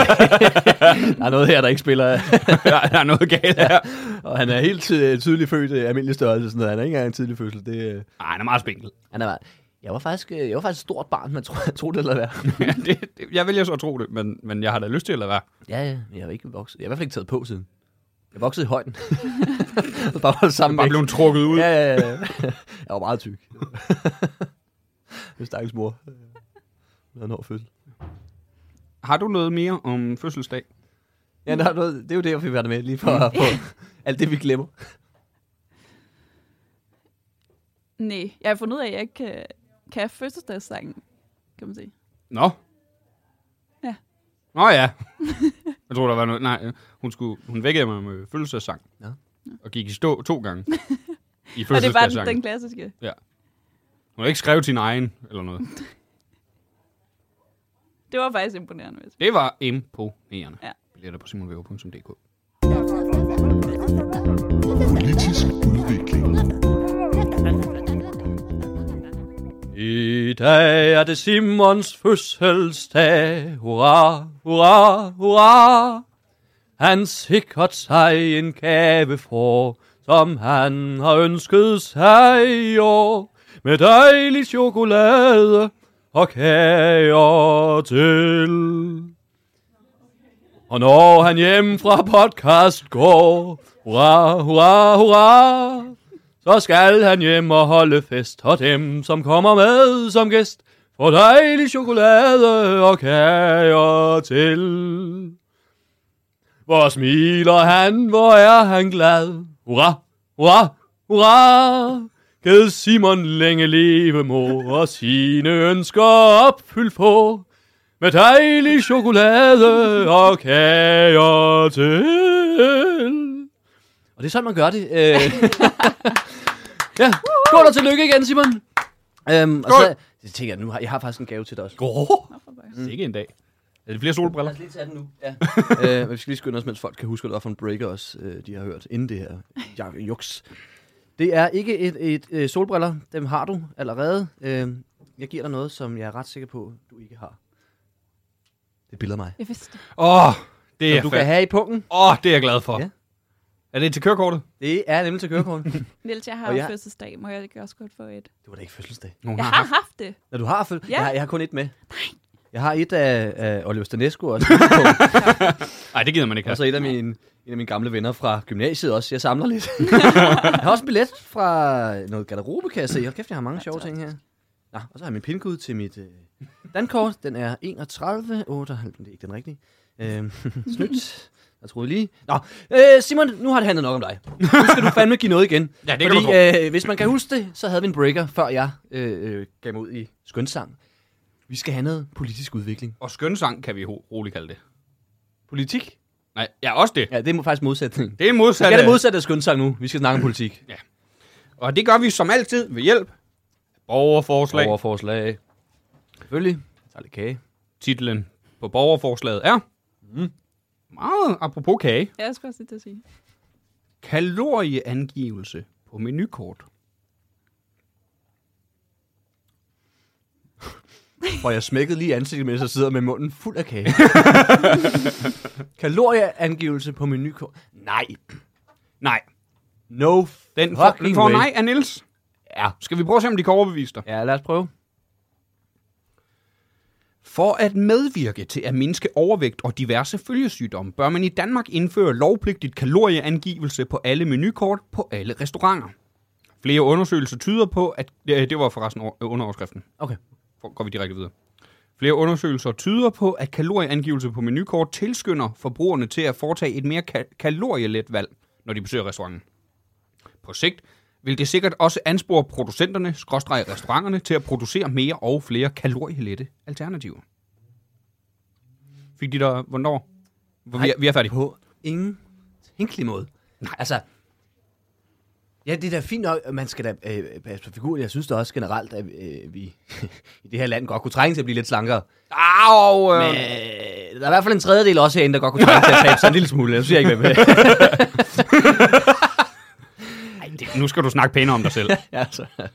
Speaker 3: der er noget her, der ikke spiller.
Speaker 1: der, der er noget galt her.
Speaker 3: Og han er helt ty- tydelig født øh, almindelig størrelse. Sådan noget. Han er ikke engang en tidlig fødsel. Det, øh,
Speaker 1: Nej, han er meget spinkel.
Speaker 3: han er, jeg var faktisk øh, jeg var faktisk et stort barn, man tror, tro det eller hvad.
Speaker 1: Ja, det, det, jeg vælger så at tro det, men, men jeg har da lyst til at lade være.
Speaker 3: Ja, ja, men jeg har ikke vokset. Jeg har i hvert fald ikke taget på siden. Jeg voksede i højden. bare holdt sammen
Speaker 1: Bare blevet trukket ud.
Speaker 3: Ja, ja, ja. Jeg var meget tyk. Det stakkels mor. øh, Hun havde en hård fødsel.
Speaker 1: Har du noget mere om fødselsdag?
Speaker 3: Ja, der er noget, det er jo det, jeg fik været med lige for at få alt det, vi glemmer.
Speaker 4: Nej, jeg har fundet ud af, at jeg ikke kan, kan fødselsdagssangen, kan man sige.
Speaker 1: Nå.
Speaker 4: Ja.
Speaker 1: Nå ja. Jeg tror, der var noget. Nej, hun, skulle, hun vækkede mig med fødselsdagssang.
Speaker 3: Nå.
Speaker 1: og gik i stå to gange i
Speaker 4: Og det er bare
Speaker 1: fødselsdagssangen.
Speaker 4: den, den klassiske.
Speaker 1: Hun har ikke skrevet sin egen eller noget.
Speaker 4: Det var faktisk imponerende. Hvis.
Speaker 1: Det var imponerende.
Speaker 4: Ja.
Speaker 1: Billetter på
Speaker 3: Mm.
Speaker 1: simonvæver.dk.
Speaker 5: Politisk udvikling.
Speaker 3: I dag er det Simons fødselsdag. Hurra, hurra, hurra. Han sikkert sig en gave for, som han har ønsket sig i år. Med dejlig chokolade og kager til. Og når han hjem fra podcast går, hurra, hurra, hurra. Så skal han hjem og holde fest, og dem, som kommer med som gæst, får dejlig chokolade og kager til. Hvor smiler han, hvor er han glad. Hurra, hurra, hurra. Ged Simon længe leve må, og sine ønsker opfyldt få. Med dejlig chokolade og kager til. Og det er sådan, man gør det. Øh. Ja, god og tillykke igen, Simon. Øhm, og så, så tænker jeg, nu har, jeg har faktisk en gave til dig også. God.
Speaker 4: Nå, for pokker.
Speaker 1: Mm. Ikke en dag. Er det flere solbriller?
Speaker 3: lige tage den nu. Ja. øh, men vi skal lige skynde os, mens folk kan huske, hvad det var for en breaker også, øh, de har hørt inden det her ja, juks. Det er ikke et, et, øh, solbriller. Dem har du allerede. Øh, jeg giver dig noget, som jeg er ret sikker på, du ikke har. Det billeder mig.
Speaker 4: Jeg vidste det.
Speaker 1: Åh, oh, det
Speaker 3: Som
Speaker 1: er
Speaker 3: du
Speaker 1: du
Speaker 3: kan have i pungen.
Speaker 1: Åh, oh, det er jeg glad for.
Speaker 3: Ja.
Speaker 1: Ja. Er det til kørekortet?
Speaker 3: Det er nemlig til kørekortet.
Speaker 4: Niels, jeg har
Speaker 3: Og
Speaker 4: jo
Speaker 3: jeg-
Speaker 4: fødselsdag. Må jeg ikke også godt få et?
Speaker 3: det var da ikke fødselsdag.
Speaker 1: Nogen
Speaker 4: Jeg
Speaker 1: har
Speaker 4: har
Speaker 1: haft.
Speaker 4: haft det.
Speaker 3: Når du har fødselsdag?
Speaker 4: Ja.
Speaker 3: Jeg, har- jeg har kun et med. Nej. Jeg har et af, af Oliver Stanescu også.
Speaker 1: Ej, det gider man ikke
Speaker 3: Og
Speaker 1: have.
Speaker 3: så et af mine, en af mine gamle venner fra gymnasiet også. Jeg samler lidt. jeg har også en billet fra noget garderobe, kan jeg se. Hold kæft, jeg har mange sjove ting her. Nå, og så har jeg min pindkud til mit øh, dankort. Den er 31, 98, det er ikke den rigtige. Øh, snydt. Jeg troede lige. Nå, øh, Simon, nu har det handlet nok om dig. Nu skal du fandme give noget igen.
Speaker 1: Ja, det kan
Speaker 3: Fordi,
Speaker 1: du tro.
Speaker 3: øh, hvis man kan huske det, så havde vi en breaker, før jeg øh, øh, gav mig ud i skønsang. Vi skal have noget politisk udvikling.
Speaker 1: Og skønsang kan vi ho- roligt kalde det.
Speaker 3: Politik?
Speaker 1: Nej, ja, også det.
Speaker 3: Ja, det er faktisk modsætningen.
Speaker 1: Det er
Speaker 3: Så skal
Speaker 1: modsatte.
Speaker 3: det modsatte af skønsang nu. Vi skal snakke om politik.
Speaker 1: Og det gør vi som altid ved hjælp. af Borgerforslag. Borger.
Speaker 3: Borgerforslag. Selvfølgelig. Jeg tager lidt kage.
Speaker 1: Titlen på borgerforslaget er... Mm. Meget apropos kage.
Speaker 4: Ja, jeg skulle også lige til at sige.
Speaker 1: Kalorieangivelse på menukort.
Speaker 3: Og jeg smækkede lige ansigtet, mens jeg sidder med munden fuld af kage. Kalorieangivelse på menukort. Nej.
Speaker 1: Nej,
Speaker 3: No
Speaker 1: den får, den
Speaker 3: fucking
Speaker 1: får
Speaker 3: way.
Speaker 1: nej af Niels.
Speaker 3: Ja.
Speaker 1: Skal vi prøve at se, om de kan overbevise dig?
Speaker 3: Ja, lad os prøve.
Speaker 1: For at medvirke til at mindske overvægt og diverse følgesygdomme, bør man i Danmark indføre lovpligtigt kalorieangivelse på alle menukort på alle restauranter. Flere undersøgelser tyder på, at... Ja, det var forresten over- øh, underoverskriften.
Speaker 3: Okay.
Speaker 1: For- Går vi direkte videre. Flere undersøgelser tyder på, at kalorieangivelse på menukort tilskynder forbrugerne til at foretage et mere ka- kalorielet valg, når de besøger restauranten. På sigt vil det sikkert også anspore producenterne, skråstreg restauranterne, til at producere mere og flere kalorielette alternativer. Fik de der, hvornår? Hvor vi,
Speaker 3: Nej.
Speaker 1: er, vi er færdige.
Speaker 3: På ingen tænkelig måde. Nej. Altså, Ja, det er da fint nok, at man skal da øh, passe på figuren. Jeg synes da også generelt, at øh, vi i det her land godt kunne trænge til at blive lidt slankere.
Speaker 1: Au! Øh.
Speaker 3: Men, øh, der er i hvert fald en tredjedel også herinde, der godt kunne trænge til at tabe sig en lille smule. Jeg synes jeg ikke, hvem er.
Speaker 1: Nu skal du snakke pænere om dig selv.
Speaker 3: ja, altså, så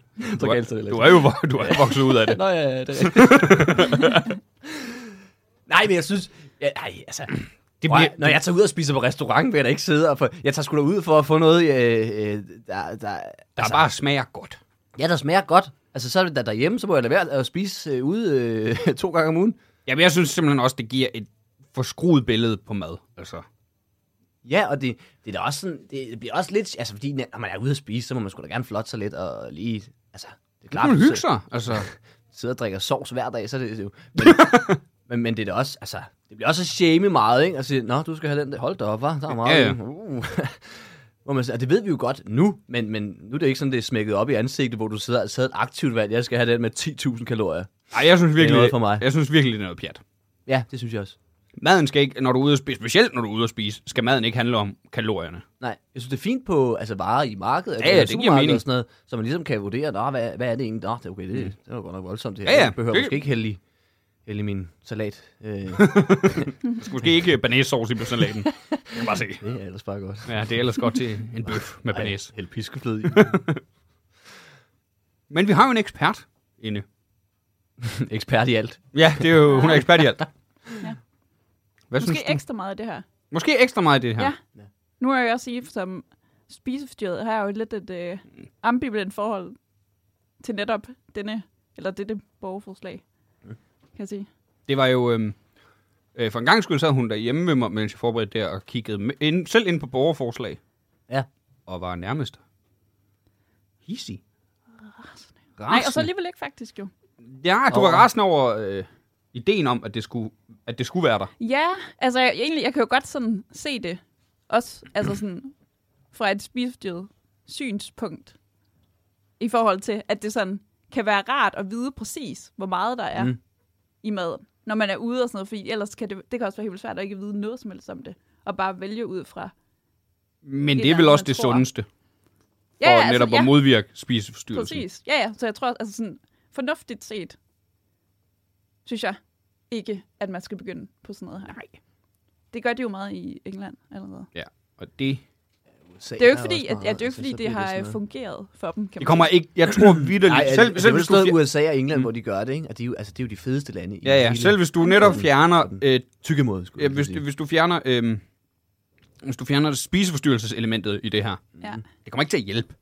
Speaker 1: Du
Speaker 3: galt det
Speaker 1: er,
Speaker 3: lidt.
Speaker 1: du er jo vo- du er vokset ud af det.
Speaker 3: Nå, ja, det er rigtigt. Nej, men jeg synes... Ja, ej, altså... Det bliver,
Speaker 1: bliver-
Speaker 3: når jeg tager ud og spiser på restaurant, vil jeg da ikke sidde og få... Jeg tager sgu da ud for at få noget, øh, øh, der, der,
Speaker 1: Der
Speaker 3: altså,
Speaker 1: bare smager godt.
Speaker 3: Ja, der smager godt. Altså, så er det da derhjemme, så må jeg da være at spise øh, ude øh, to gange om ugen.
Speaker 1: Jamen, jeg synes simpelthen også, det giver et forskruet billede på mad. Altså.
Speaker 3: Ja, og det, det er da også sådan, det bliver også lidt, altså fordi når man er ude at spise, så må man sgu da gerne flotte sig lidt og lige, altså, det er
Speaker 1: Nu
Speaker 3: klart,
Speaker 1: kan man hygge
Speaker 3: så-
Speaker 1: sig. Altså.
Speaker 3: sidder og drikker sovs hver dag, så er det, det er jo... Men, men, men det er da også, altså, det bliver også at shame meget, ikke? Og sige, nå, du skal have den der, hold da op, hva? Der er meget.
Speaker 1: Ja,
Speaker 3: i."
Speaker 1: ja.
Speaker 3: Uh. Hvor man, siger, og det ved vi jo godt nu, men, men nu er det ikke sådan, det er smækket op i ansigtet, hvor du sidder og sidder et aktivt valg, jeg skal have den med 10.000 kalorier.
Speaker 1: Ej, jeg synes virkelig,
Speaker 3: noget for mig.
Speaker 1: Jeg synes virkelig, det er noget pjat.
Speaker 3: Ja, det synes jeg også.
Speaker 1: Maden skal ikke, når du er ude at spise, specielt når du er ude at spise, skal maden ikke handle om kalorierne.
Speaker 3: Nej, jeg synes, det er fint på altså, varer i markedet,
Speaker 1: Ja, ja,
Speaker 3: i
Speaker 1: det giver
Speaker 3: supermarkedet
Speaker 1: mening. Mm.
Speaker 3: Og sådan noget, så man ligesom kan vurdere, Nå, hvad, hvad er det egentlig? Nå, det, er okay, det, det var godt nok voldsomt. Det her.
Speaker 1: Ja, ja,
Speaker 3: Jeg behøver
Speaker 1: det-
Speaker 3: måske ikke hælde i, hælde i min salat. Øh, det
Speaker 1: Du skal måske ikke banæssauce i på salaten. Det kan jeg bare se.
Speaker 3: er ellers bare godt.
Speaker 1: Ja, det er ellers godt til en bøf med banæs.
Speaker 3: Hælde piskefløde i.
Speaker 1: Men vi har jo en ekspert inde.
Speaker 3: Ekspert i alt.
Speaker 1: Ja, det er jo, hun er ekspert i alt.
Speaker 4: Ja.
Speaker 1: Hvad synes
Speaker 4: Måske
Speaker 1: du?
Speaker 4: ekstra meget af det her.
Speaker 1: Måske ekstra meget i det her.
Speaker 4: Ja. Nu er jeg også sige, som spiseforstyrret har jeg jo lidt et øh, ambivalent forhold til netop denne, eller dette borgerforslag, kan jeg sige.
Speaker 1: Det var jo... Øhm, øh, for en gang skyld sad hun derhjemme med mig, mens jeg forberedte der og kiggede med, ind, selv ind på borgerforslag.
Speaker 3: Ja.
Speaker 1: Og var nærmest... Hissig.
Speaker 4: Rasende. Nej, og så
Speaker 1: Rasende.
Speaker 4: alligevel ikke faktisk jo.
Speaker 1: Ja, du var
Speaker 3: Over.
Speaker 1: rasende over øh, ideen om, at det, skulle, at det skulle være der.
Speaker 4: Ja, altså jeg, egentlig, jeg kan jo godt sådan se det, også altså sådan fra et spiseforstyrret synspunkt, i forhold til, at det sådan kan være rart at vide præcis, hvor meget der er
Speaker 3: Mm.
Speaker 4: mm. i maden, når man er ude og sådan noget, fordi ellers kan det, det kan også være helt vildt svært at ikke vide noget som helst om det, og bare vælge ud fra.
Speaker 1: Men
Speaker 4: Det
Speaker 1: det,
Speaker 4: er
Speaker 1: er vel
Speaker 4: der,
Speaker 1: også
Speaker 4: man
Speaker 1: det
Speaker 4: tror. altså,
Speaker 1: sundeste. For ja, netop at modvirke spiseforstyrrelsen.
Speaker 4: Præcis. Ja, ja. Så jeg tror, altså sådan, fornuftigt set, synes jeg ikke, at man skal begynde på sådan noget her. Nej. Det gør de jo meget i England allerede.
Speaker 1: Ja, og det,
Speaker 4: Det er jo ikke fordi, at, ja, det, er jo
Speaker 3: altså,
Speaker 4: ikke, fordi det har øh, fungeret for dem. Kan
Speaker 1: det kommer ikke... Jeg tror vidderligt...
Speaker 3: Nej,
Speaker 1: selv, selv
Speaker 3: det
Speaker 1: hvis
Speaker 3: er jo
Speaker 1: du
Speaker 3: sådan
Speaker 1: fjer-
Speaker 3: noget USA og England, hvor de gør det, ikke? Og det er jo, altså, det er jo de fedeste lande. i
Speaker 1: Ja, ja.
Speaker 3: hele
Speaker 1: Selv hvis du netop
Speaker 3: verden.
Speaker 1: fjerner... Øh,
Speaker 3: Tykke måde, skulle
Speaker 1: ja,
Speaker 3: jeg
Speaker 1: hvis,
Speaker 3: sige.
Speaker 1: hvis du fjerner... Øh, hvis du fjerner spiseforstyrrelseselementet i det her,
Speaker 4: Ja.
Speaker 1: det kommer ikke til at hjælpe.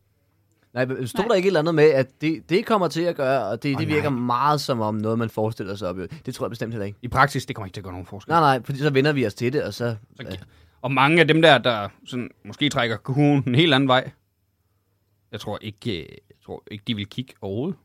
Speaker 3: Nej, stod
Speaker 4: Nej.
Speaker 3: der ikke et eller andet med, at det, det kommer til at gøre, og det,
Speaker 1: Åh,
Speaker 3: det
Speaker 1: nej.
Speaker 3: virker meget som om noget, man forestiller sig op i. Det tror jeg bestemt heller ikke.
Speaker 1: I praksis, det kommer ikke til at gøre nogen forskel.
Speaker 3: Nej, nej, fordi så vender vi os til det, og så...
Speaker 1: Så, gi- og mange af dem der, der sådan, måske trækker kurven en helt anden vej, jeg tror ikke, øh, jeg tror ikke de vil kigge overhovedet.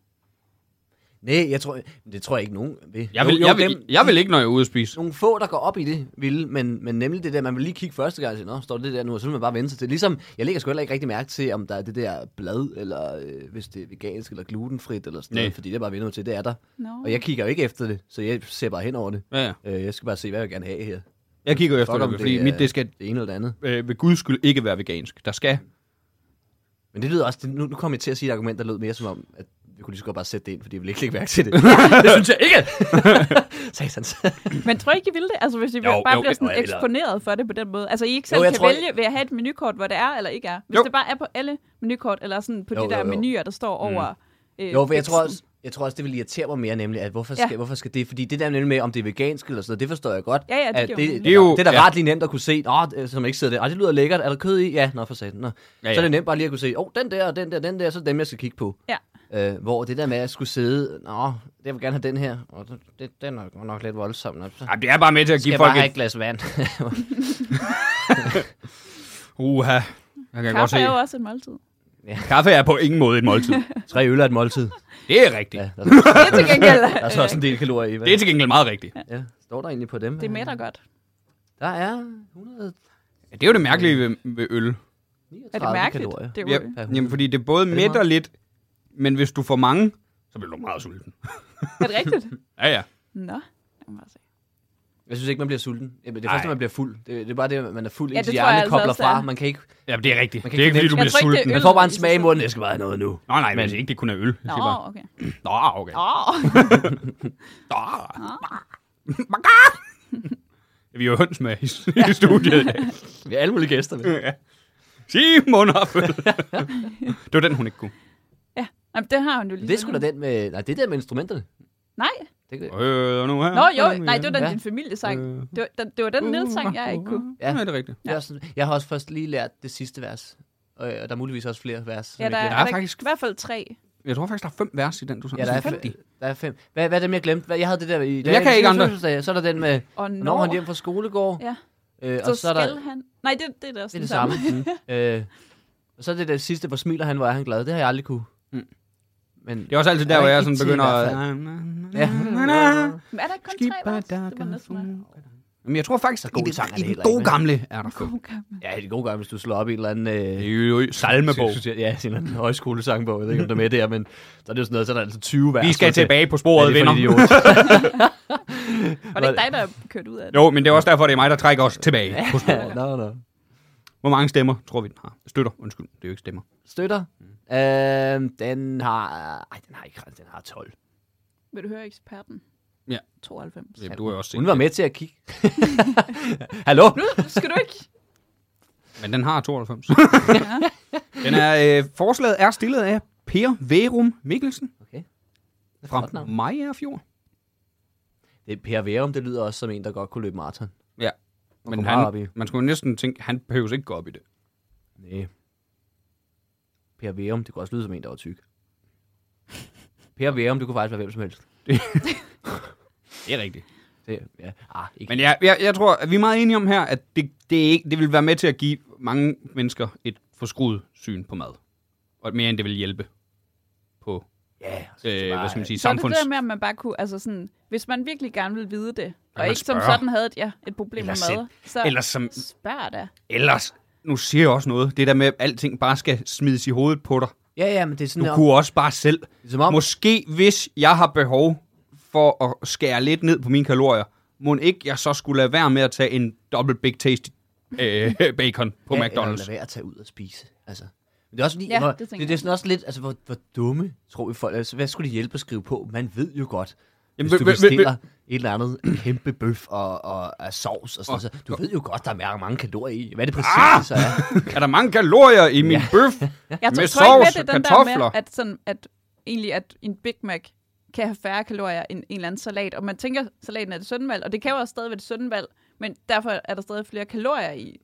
Speaker 3: Nej, jeg tror, det tror jeg ikke nogen vil.
Speaker 1: Jeg vil,
Speaker 3: Jo, jo,
Speaker 1: jeg, vil,
Speaker 3: dem-
Speaker 1: jeg vil ikke, når jeg er ude at spise.
Speaker 3: Nogle få, der går op i det, vil, men, men nemlig det der, man vil lige kigge første gang og sige, nå, står det der nu, og så vil man bare vende sig til. det. Ligesom, jeg lægger sgu heller ikke rigtig mærke til, om der er det der blad, eller øh, hvis det er vegansk, eller glutenfrit, eller sådan
Speaker 1: Nej.
Speaker 3: noget, fordi det er bare vender mig til, det er der.
Speaker 4: No.
Speaker 3: Og jeg kigger jo ikke efter det, så jeg ser bare hen over det.
Speaker 1: Ja, ja.
Speaker 3: Øh, jeg skal bare se, hvad jeg gerne vil have her.
Speaker 1: Jeg kigger jo efter
Speaker 3: Fuck, om
Speaker 1: det, fordi
Speaker 3: er
Speaker 1: mit, det skal
Speaker 3: det ene eller det andet.
Speaker 1: øh, ved guds skyld ikke være vegansk. Der skal.
Speaker 3: Men det lyder også, det, nu, nu kom jeg til at sige et argument, der lød mere som om, at vi kunne lige så godt bare sætte det ind, fordi vi ville ikke lægge mærke til det. det synes jeg ikke! Satans.
Speaker 4: Men tror I ikke, I ville det? Altså, hvis I jo, bare
Speaker 1: jo,
Speaker 4: bliver sådan
Speaker 3: jo,
Speaker 4: jo,
Speaker 3: eller-
Speaker 4: eksponeret for det på den måde. Altså, I ikke
Speaker 3: Jo,
Speaker 4: selv
Speaker 3: jeg
Speaker 4: kan
Speaker 3: tror-
Speaker 4: vælge ved at have et menukort, hvor det er eller ikke er. Hvis
Speaker 1: Jo.
Speaker 4: det bare er på alle menukort, eller sådan på
Speaker 3: Jo,
Speaker 4: de der
Speaker 3: jo, jo.
Speaker 4: menuer, der
Speaker 1: Mm.
Speaker 4: står over... Øh,
Speaker 3: Jo, for jeg tror,
Speaker 4: teksten.
Speaker 3: også, jeg tror også, det vil irritere mig mere nemlig, at hvorfor
Speaker 4: Ja.
Speaker 3: skal, ja. hvorfor skal det? Fordi det der nemlig med, om det er vegansk eller sådan noget, det forstår jeg godt.
Speaker 4: Ja, ja, det
Speaker 3: at
Speaker 4: giver
Speaker 3: det,
Speaker 4: jo mening.
Speaker 3: det, er jo, det er da
Speaker 1: ja.
Speaker 3: ret lige nemt at kunne se, Nå, som ikke sidder der. Ej, det lyder lækkert. Er der kød i? Ja, nå for satan. Nå. Ja,
Speaker 1: ja.
Speaker 3: ja. Så er det nemt bare lige at kunne se, åh, oh, den der, og den der, den der, så er det dem, jeg skal kigge på.
Speaker 4: Ja.
Speaker 3: Øh, hvor det der med, at jeg skulle sidde, nå, jeg vil gerne have den her, og det, den er godt nok lidt voldsom. Nå, så
Speaker 1: Ej, det er bare med til at
Speaker 3: skal
Speaker 1: give
Speaker 3: jeg bare
Speaker 1: folk
Speaker 3: have et
Speaker 1: et...
Speaker 3: glas vand.
Speaker 1: Uha. Jeg kan godt
Speaker 4: Kaffe
Speaker 1: se.
Speaker 4: er jo også et måltid.
Speaker 1: Kaffe er på ingen måde et måltid.
Speaker 3: Tre øl er et måltid.
Speaker 1: Det er rigtigt.
Speaker 3: Ja, der, er,
Speaker 4: Det er til gengæld...
Speaker 3: der er så også en del kalorier i. Hvad?
Speaker 1: Det er til gengæld meget rigtigt.
Speaker 3: Ja, står der egentlig på dem?
Speaker 4: øh, det mætter godt.
Speaker 3: Der er 139
Speaker 1: Ja, det er jo det mærkelige ved, ved øl.
Speaker 4: Er det mærkeligt?
Speaker 3: kalorier.
Speaker 4: Det er jo...
Speaker 1: Ja,
Speaker 3: Per
Speaker 1: jamen, fordi det både
Speaker 3: det
Speaker 1: mætter
Speaker 3: meget?
Speaker 1: lidt, men hvis du får mange, så bliver du meget sulten.
Speaker 4: Er det rigtigt?
Speaker 1: Ja, ja.
Speaker 4: Nå. Jeg må bare se.
Speaker 3: Jeg synes ikke, man bliver sulten. Jamen, det er
Speaker 1: Ej.
Speaker 3: først, når man bliver fuld. Det, det er bare det, at man er fuld,
Speaker 4: Ja,
Speaker 3: indtil
Speaker 4: det tror jeg
Speaker 3: hjernen
Speaker 4: altså
Speaker 3: kobler
Speaker 4: også,
Speaker 3: fra.
Speaker 4: det er.
Speaker 3: Man, kan ikke,
Speaker 1: Jamen, det er rigtigt. Det
Speaker 3: Man kan
Speaker 1: er ikke,
Speaker 3: ikke
Speaker 1: fordi du
Speaker 3: fornemme-
Speaker 1: bliver
Speaker 4: Jeg tror ikke, det
Speaker 1: sulten.
Speaker 4: er
Speaker 3: man får bare en smag i munden. Jeg skal bare have noget nu.
Speaker 1: Nå, nej, men
Speaker 3: Men-
Speaker 1: altså ikke, det kun er øl. Jeg
Speaker 4: Nå,
Speaker 1: siger bare,
Speaker 4: okay.
Speaker 1: Nå, okay.
Speaker 4: Nå.
Speaker 1: Nå. Maka! Vi er jo høns med i, i studiet i dag.
Speaker 3: Vi har alle mulige gæster med.
Speaker 1: Ja. Simon Hoffel. Det var den, hun ikke kunne.
Speaker 4: Jamen, det har hun jo lige.
Speaker 3: Det er sgu da den med... Nej, det der med instrumenterne.
Speaker 4: Nej.
Speaker 3: Det, kan-
Speaker 1: Øh, nu her.
Speaker 4: Nå, jo. Nej, det var den,
Speaker 3: Ja.
Speaker 4: din familie sang.
Speaker 1: Øh.
Speaker 4: Det var, den, det var den nedsang, jeg ikke kunne.
Speaker 1: Ja, det er rigtigt.
Speaker 3: det er også sådan- jeg har også først lige lært det sidste vers. Og, og der er muligvis også flere vers. som
Speaker 4: Ja,
Speaker 3: jeg
Speaker 4: der er,
Speaker 3: glemte.
Speaker 1: er
Speaker 4: er der
Speaker 1: faktisk-
Speaker 4: faktisk... i hvert fald tre.
Speaker 1: Jeg tror faktisk, der er fem vers i den, du sang.
Speaker 3: Ja, der er,
Speaker 1: Sådan
Speaker 3: fem, der er fem. Hvad, hvad er dem, jeg glemte? Hvad, jeg havde det der i...
Speaker 1: jeg kan ikke andre.
Speaker 3: fødselsdag. Så er der den med...
Speaker 4: Og når,
Speaker 3: Når han hjem fra skolegård.
Speaker 4: Ja.
Speaker 3: Øh,
Speaker 4: så, så skal der... han... Nej, det, det er da
Speaker 3: Det er det samme. mm. øh, og så er det der sidste, hvor smiler han, hvor er han glad. Det har jeg aldrig kunne.
Speaker 1: Mm.
Speaker 3: Men,
Speaker 1: Det er også altid der,
Speaker 3: Der er
Speaker 1: hvor jeg
Speaker 3: ikke
Speaker 1: sådan
Speaker 3: tid i
Speaker 1: begynder
Speaker 3: hvert
Speaker 1: at...
Speaker 3: fald.
Speaker 1: Ja.
Speaker 4: Men er der ikke kun tre vers? Det var næsten mig.
Speaker 1: Men jeg tror faktisk, at i,
Speaker 3: gode
Speaker 1: det,
Speaker 3: sang er
Speaker 1: i
Speaker 3: det
Speaker 1: den
Speaker 3: heller ikke,
Speaker 1: gode
Speaker 3: vel?
Speaker 1: gamle er der få.
Speaker 4: God gammel.
Speaker 3: Ja, det er god gang, hvis du slår op i en eller anden... Øh,
Speaker 1: Jo, jo, salmebog.
Speaker 3: synes jeg- Ja, sådan en eller anden højskolesangbog. Jeg ved ikke, om der er med der, men så er det jo sådan noget, så er der altså 20 vers.
Speaker 1: Vi skal
Speaker 3: og så-
Speaker 1: tilbage på
Speaker 3: Hvad er
Speaker 1: sporet,
Speaker 3: det for en
Speaker 1: venner.
Speaker 3: idiot?
Speaker 4: Var det ikke dig, der kørte ud af det?
Speaker 1: Jo, men det er også derfor, det er mig, der trækker os tilbage på sporet.
Speaker 3: Ja, Nå, nå.
Speaker 1: Hvor mange stemmer tror vi, den har? Støtter, undskyld. Det er jo ikke stemmer.
Speaker 3: Støtter. Øhm, den har... Ej, den har ikke ret. Den har 12.
Speaker 4: Vil du høre eksperten?
Speaker 1: Ja.
Speaker 4: 92.
Speaker 1: Jamen, du har jo også set
Speaker 3: Hun var
Speaker 1: det.
Speaker 3: med til at kigge. Hallo?
Speaker 4: Nu skal du ikke.
Speaker 1: Men den har 92. den er, øh, forslaget er stillet af Per Verum Mikkelsen
Speaker 3: Godt
Speaker 1: fra
Speaker 3: navn.
Speaker 1: Majerfjord.
Speaker 3: Det er Per Verum, det lyder også som en, der godt kunne løbe maraton.
Speaker 1: Ja. Men
Speaker 3: går meget op i.
Speaker 1: han, man skulle næsten tænke, han behøver ikke gå op i det.
Speaker 3: Nej. Per Verum, det kunne også lyde som en, der var tyk. Per Verum, det kunne faktisk være hvem som helst.
Speaker 1: Det er rigtigt.
Speaker 3: Det, ja. Ah, ikke.
Speaker 1: Men jeg, jeg, jeg tror, at vi er meget enige om her, at det, det, er ikke, det vil være med til at give mange mennesker et forskruet syn på mad. Og mere end det vil hjælpe på,
Speaker 3: ja, så synes jeg
Speaker 1: øh,
Speaker 3: bare,
Speaker 1: hvad skal man sige,
Speaker 4: Så er det det
Speaker 1: samfunds...
Speaker 4: der med, at man bare kunne, altså sådan, hvis man virkelig gerne ville vide det, og
Speaker 1: man
Speaker 4: ikke som
Speaker 1: spørger.
Speaker 4: sådan havde et, ja, et problem
Speaker 1: Eller
Speaker 4: med mad, så
Speaker 1: Ellers, som,
Speaker 4: spørg da.
Speaker 1: ellers, nu siger jeg også noget, det der med, at alting bare skal smides i hovedet på dig.
Speaker 3: Ja, ja, men det er sådan...
Speaker 1: Du
Speaker 3: om-
Speaker 1: kunne også bare selv.
Speaker 3: det er som om,
Speaker 1: Måske hvis jeg har behov for at skære lidt ned på mine kalorier, må ikke jeg så skulle lade være med at tage en dobbelt big tasty øh, bacon på
Speaker 3: ja, Eller
Speaker 1: McDonald's.
Speaker 3: lade være at tage ud og spise. Altså. Men det er også fordi,
Speaker 4: Ja,
Speaker 3: ja, hvor,
Speaker 4: det
Speaker 3: det,
Speaker 4: tænker
Speaker 3: det, det er
Speaker 4: jeg.
Speaker 3: sådan også lidt, altså hvor, hvor dumme, tror vi folk, altså, hvad skulle de hjælpe at skrive på? Man ved jo godt,
Speaker 1: Jamen,
Speaker 3: Jamen, hvis du
Speaker 1: hvem- hvem-
Speaker 3: bestiller et eller andet kæmpe bøf og, og, og sovs og sådan noget, så du ved jo godt, der er mange kalorier i. Hvad er det præcis,
Speaker 1: Ah!
Speaker 3: ah! så er?
Speaker 1: Er der mange kalorier i min bøf?
Speaker 4: Jeg tror,
Speaker 1: Med
Speaker 4: tror ikke,
Speaker 1: sovs
Speaker 4: at det
Speaker 1: og
Speaker 4: er den der med,
Speaker 1: kartofler.
Speaker 4: at, sådan, at, egentlig, at en Big Mac kan have færre kalorier end en eller anden salat. Og man tænker, salaten er det sunde valg, og det kan jo også stadig være det sunde valg, men derfor er der stadig flere kalorier i.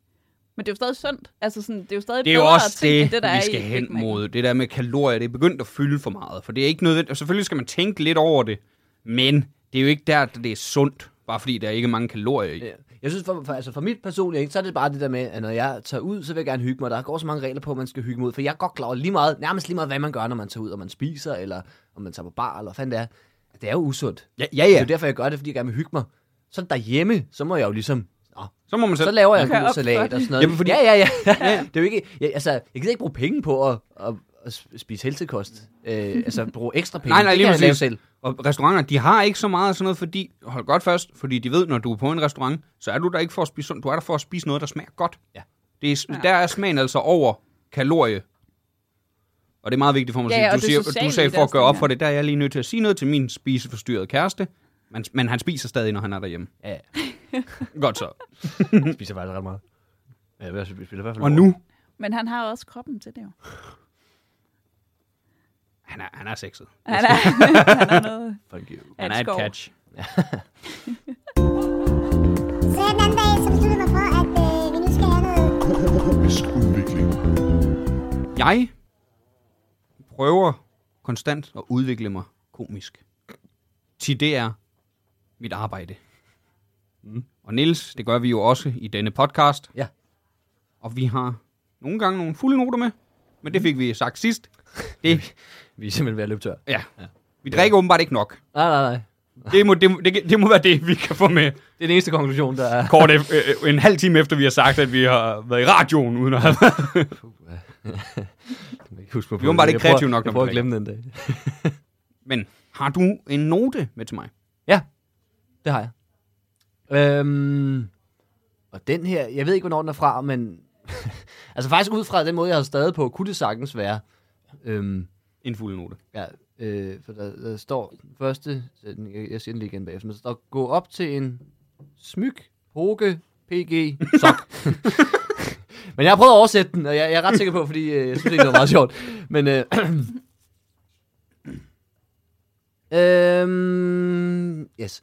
Speaker 4: Men det er jo stadig sundt. Altså sådan, det er jo stadig
Speaker 1: Det er jo
Speaker 4: bedre
Speaker 1: også
Speaker 4: ting,
Speaker 1: det,
Speaker 4: end det der
Speaker 1: vi
Speaker 4: er
Speaker 1: skal
Speaker 4: i Big
Speaker 1: hen
Speaker 4: Mac'en.
Speaker 1: mod. Det der med kalorier, det er begyndt at fylde for meget. For det er ikke nødvendigt. og Selvfølgelig skal man tænke lidt over det, men det er jo ikke der, det er sundt, bare fordi der er ikke er mange kalorier
Speaker 4: Øh,
Speaker 1: i.
Speaker 3: Jeg synes, for, for, altså for mit personlige, ikke, så er det bare det der med, at når jeg tager ud, så vil jeg gerne hygge mig. Der går så mange regler på, at man skal hygge mig ud, for jeg er godt klar over lige meget, nærmest lige meget, hvad man gør, når man tager ud, og man spiser, eller om man tager på bar, eller hvad fanden det er. Det er jo usundt.
Speaker 1: Ja, ja.
Speaker 3: Det er
Speaker 1: ja.
Speaker 3: jo derfor, jeg gør det, fordi jeg gerne vil hygge mig. Så derhjemme, så må jeg jo ligesom... Nå,
Speaker 1: Så må man
Speaker 3: så
Speaker 1: selv...
Speaker 3: laver jeg
Speaker 4: Kører
Speaker 3: god
Speaker 4: op for
Speaker 3: salat
Speaker 4: det.
Speaker 3: og sådan noget.
Speaker 1: Jamen, fordi-
Speaker 3: Ja, ja, ja. det er jo ikke... Jeg, altså, jeg gider ikke bruge penge på at, at, at spise helsekost. Øh, altså, bruge ekstra penge.
Speaker 1: Nej, nej,
Speaker 3: det
Speaker 1: lige
Speaker 3: kan jeg lave
Speaker 1: præcis.
Speaker 3: selv.
Speaker 1: Og restauranter, de har ikke så meget af sådan noget, fordi... Hold godt fast, fordi de ved, når du er på en restaurant, så er du der ikke for at spise sundt. Du er der for at spise noget, der smager godt.
Speaker 3: Ja.
Speaker 1: Det er, Der er smagen altså over kalorie. Og det er meget vigtigt for mig
Speaker 4: Ja,
Speaker 1: at sige.
Speaker 4: ja, og
Speaker 1: du, siger,
Speaker 4: det sociale
Speaker 1: du sagde
Speaker 4: i
Speaker 1: for at
Speaker 4: deres
Speaker 1: gøre op
Speaker 4: ting
Speaker 1: for det, der er jeg lige nødt til at sige noget til min spiseforstyrrede kæreste. Men, men han spiser stadig, når han er derhjemme.
Speaker 3: Ja,
Speaker 1: Godt så.
Speaker 3: jeg spiser faktisk ret meget. Ja, jeg spiser i hvert fald
Speaker 1: Og nu?
Speaker 4: Men han har også kroppen til det jo.
Speaker 1: Han er, han er sexet.
Speaker 4: Han er, han er noget
Speaker 3: Fuck you.
Speaker 4: af
Speaker 1: Han
Speaker 4: et
Speaker 1: er et
Speaker 4: skov.
Speaker 1: catch.
Speaker 2: Så den anden dag, så besluttede jeg mig for, at øh, vi nu skal have noget
Speaker 5: Komisk udvikling.
Speaker 1: Jeg prøver konstant at udvikle mig komisk. Til det er mit arbejde. Mm. Og Nils, det gør vi jo også i denne podcast.
Speaker 3: Ja.
Speaker 1: Og vi har nogle gange nogle fulde noter med, men det fik vi sagt sidst. Det,
Speaker 3: Vi er simpelthen ved at løbe tør.
Speaker 1: ja. Vi drikker åbenbart ikke nok.
Speaker 3: Nej, nej, nej.
Speaker 1: Det må, det, må- det, det må være det, vi kan få med
Speaker 3: Det er den eneste konklusion, der er...
Speaker 1: kort efter, øh, en halv time efter, vi har sagt, at vi har været i radioen, uden at have
Speaker 3: Jeg kan ikke huske, hvorfor.
Speaker 1: Vi var bare
Speaker 3: Jeg
Speaker 1: ikke
Speaker 3: prøver-
Speaker 1: kreative nok, når
Speaker 3: Jeg prøver
Speaker 1: man
Speaker 3: at glemme den dag.
Speaker 1: Men har du en note med til mig?
Speaker 3: Ja, det har jeg. Øhm, og den her, jeg ved ikke, hvornår den er fra, men... altså faktisk ud fra den måde, jeg har stadig på, kunne det sagtens være... Øhm,
Speaker 1: En fuld note.
Speaker 3: ja, øh, for der, der står den første... sætning, Jeg, jeg siger den lige igen bagefter, men der står, gå op til en smyk, hoke, pg, sok. men jeg har prøvet at oversætte den, og jeg, jeg er ret sikker på, fordi øh, jeg synes, ikke, det var meget sjovt. Men... Øh, Øhm, yes.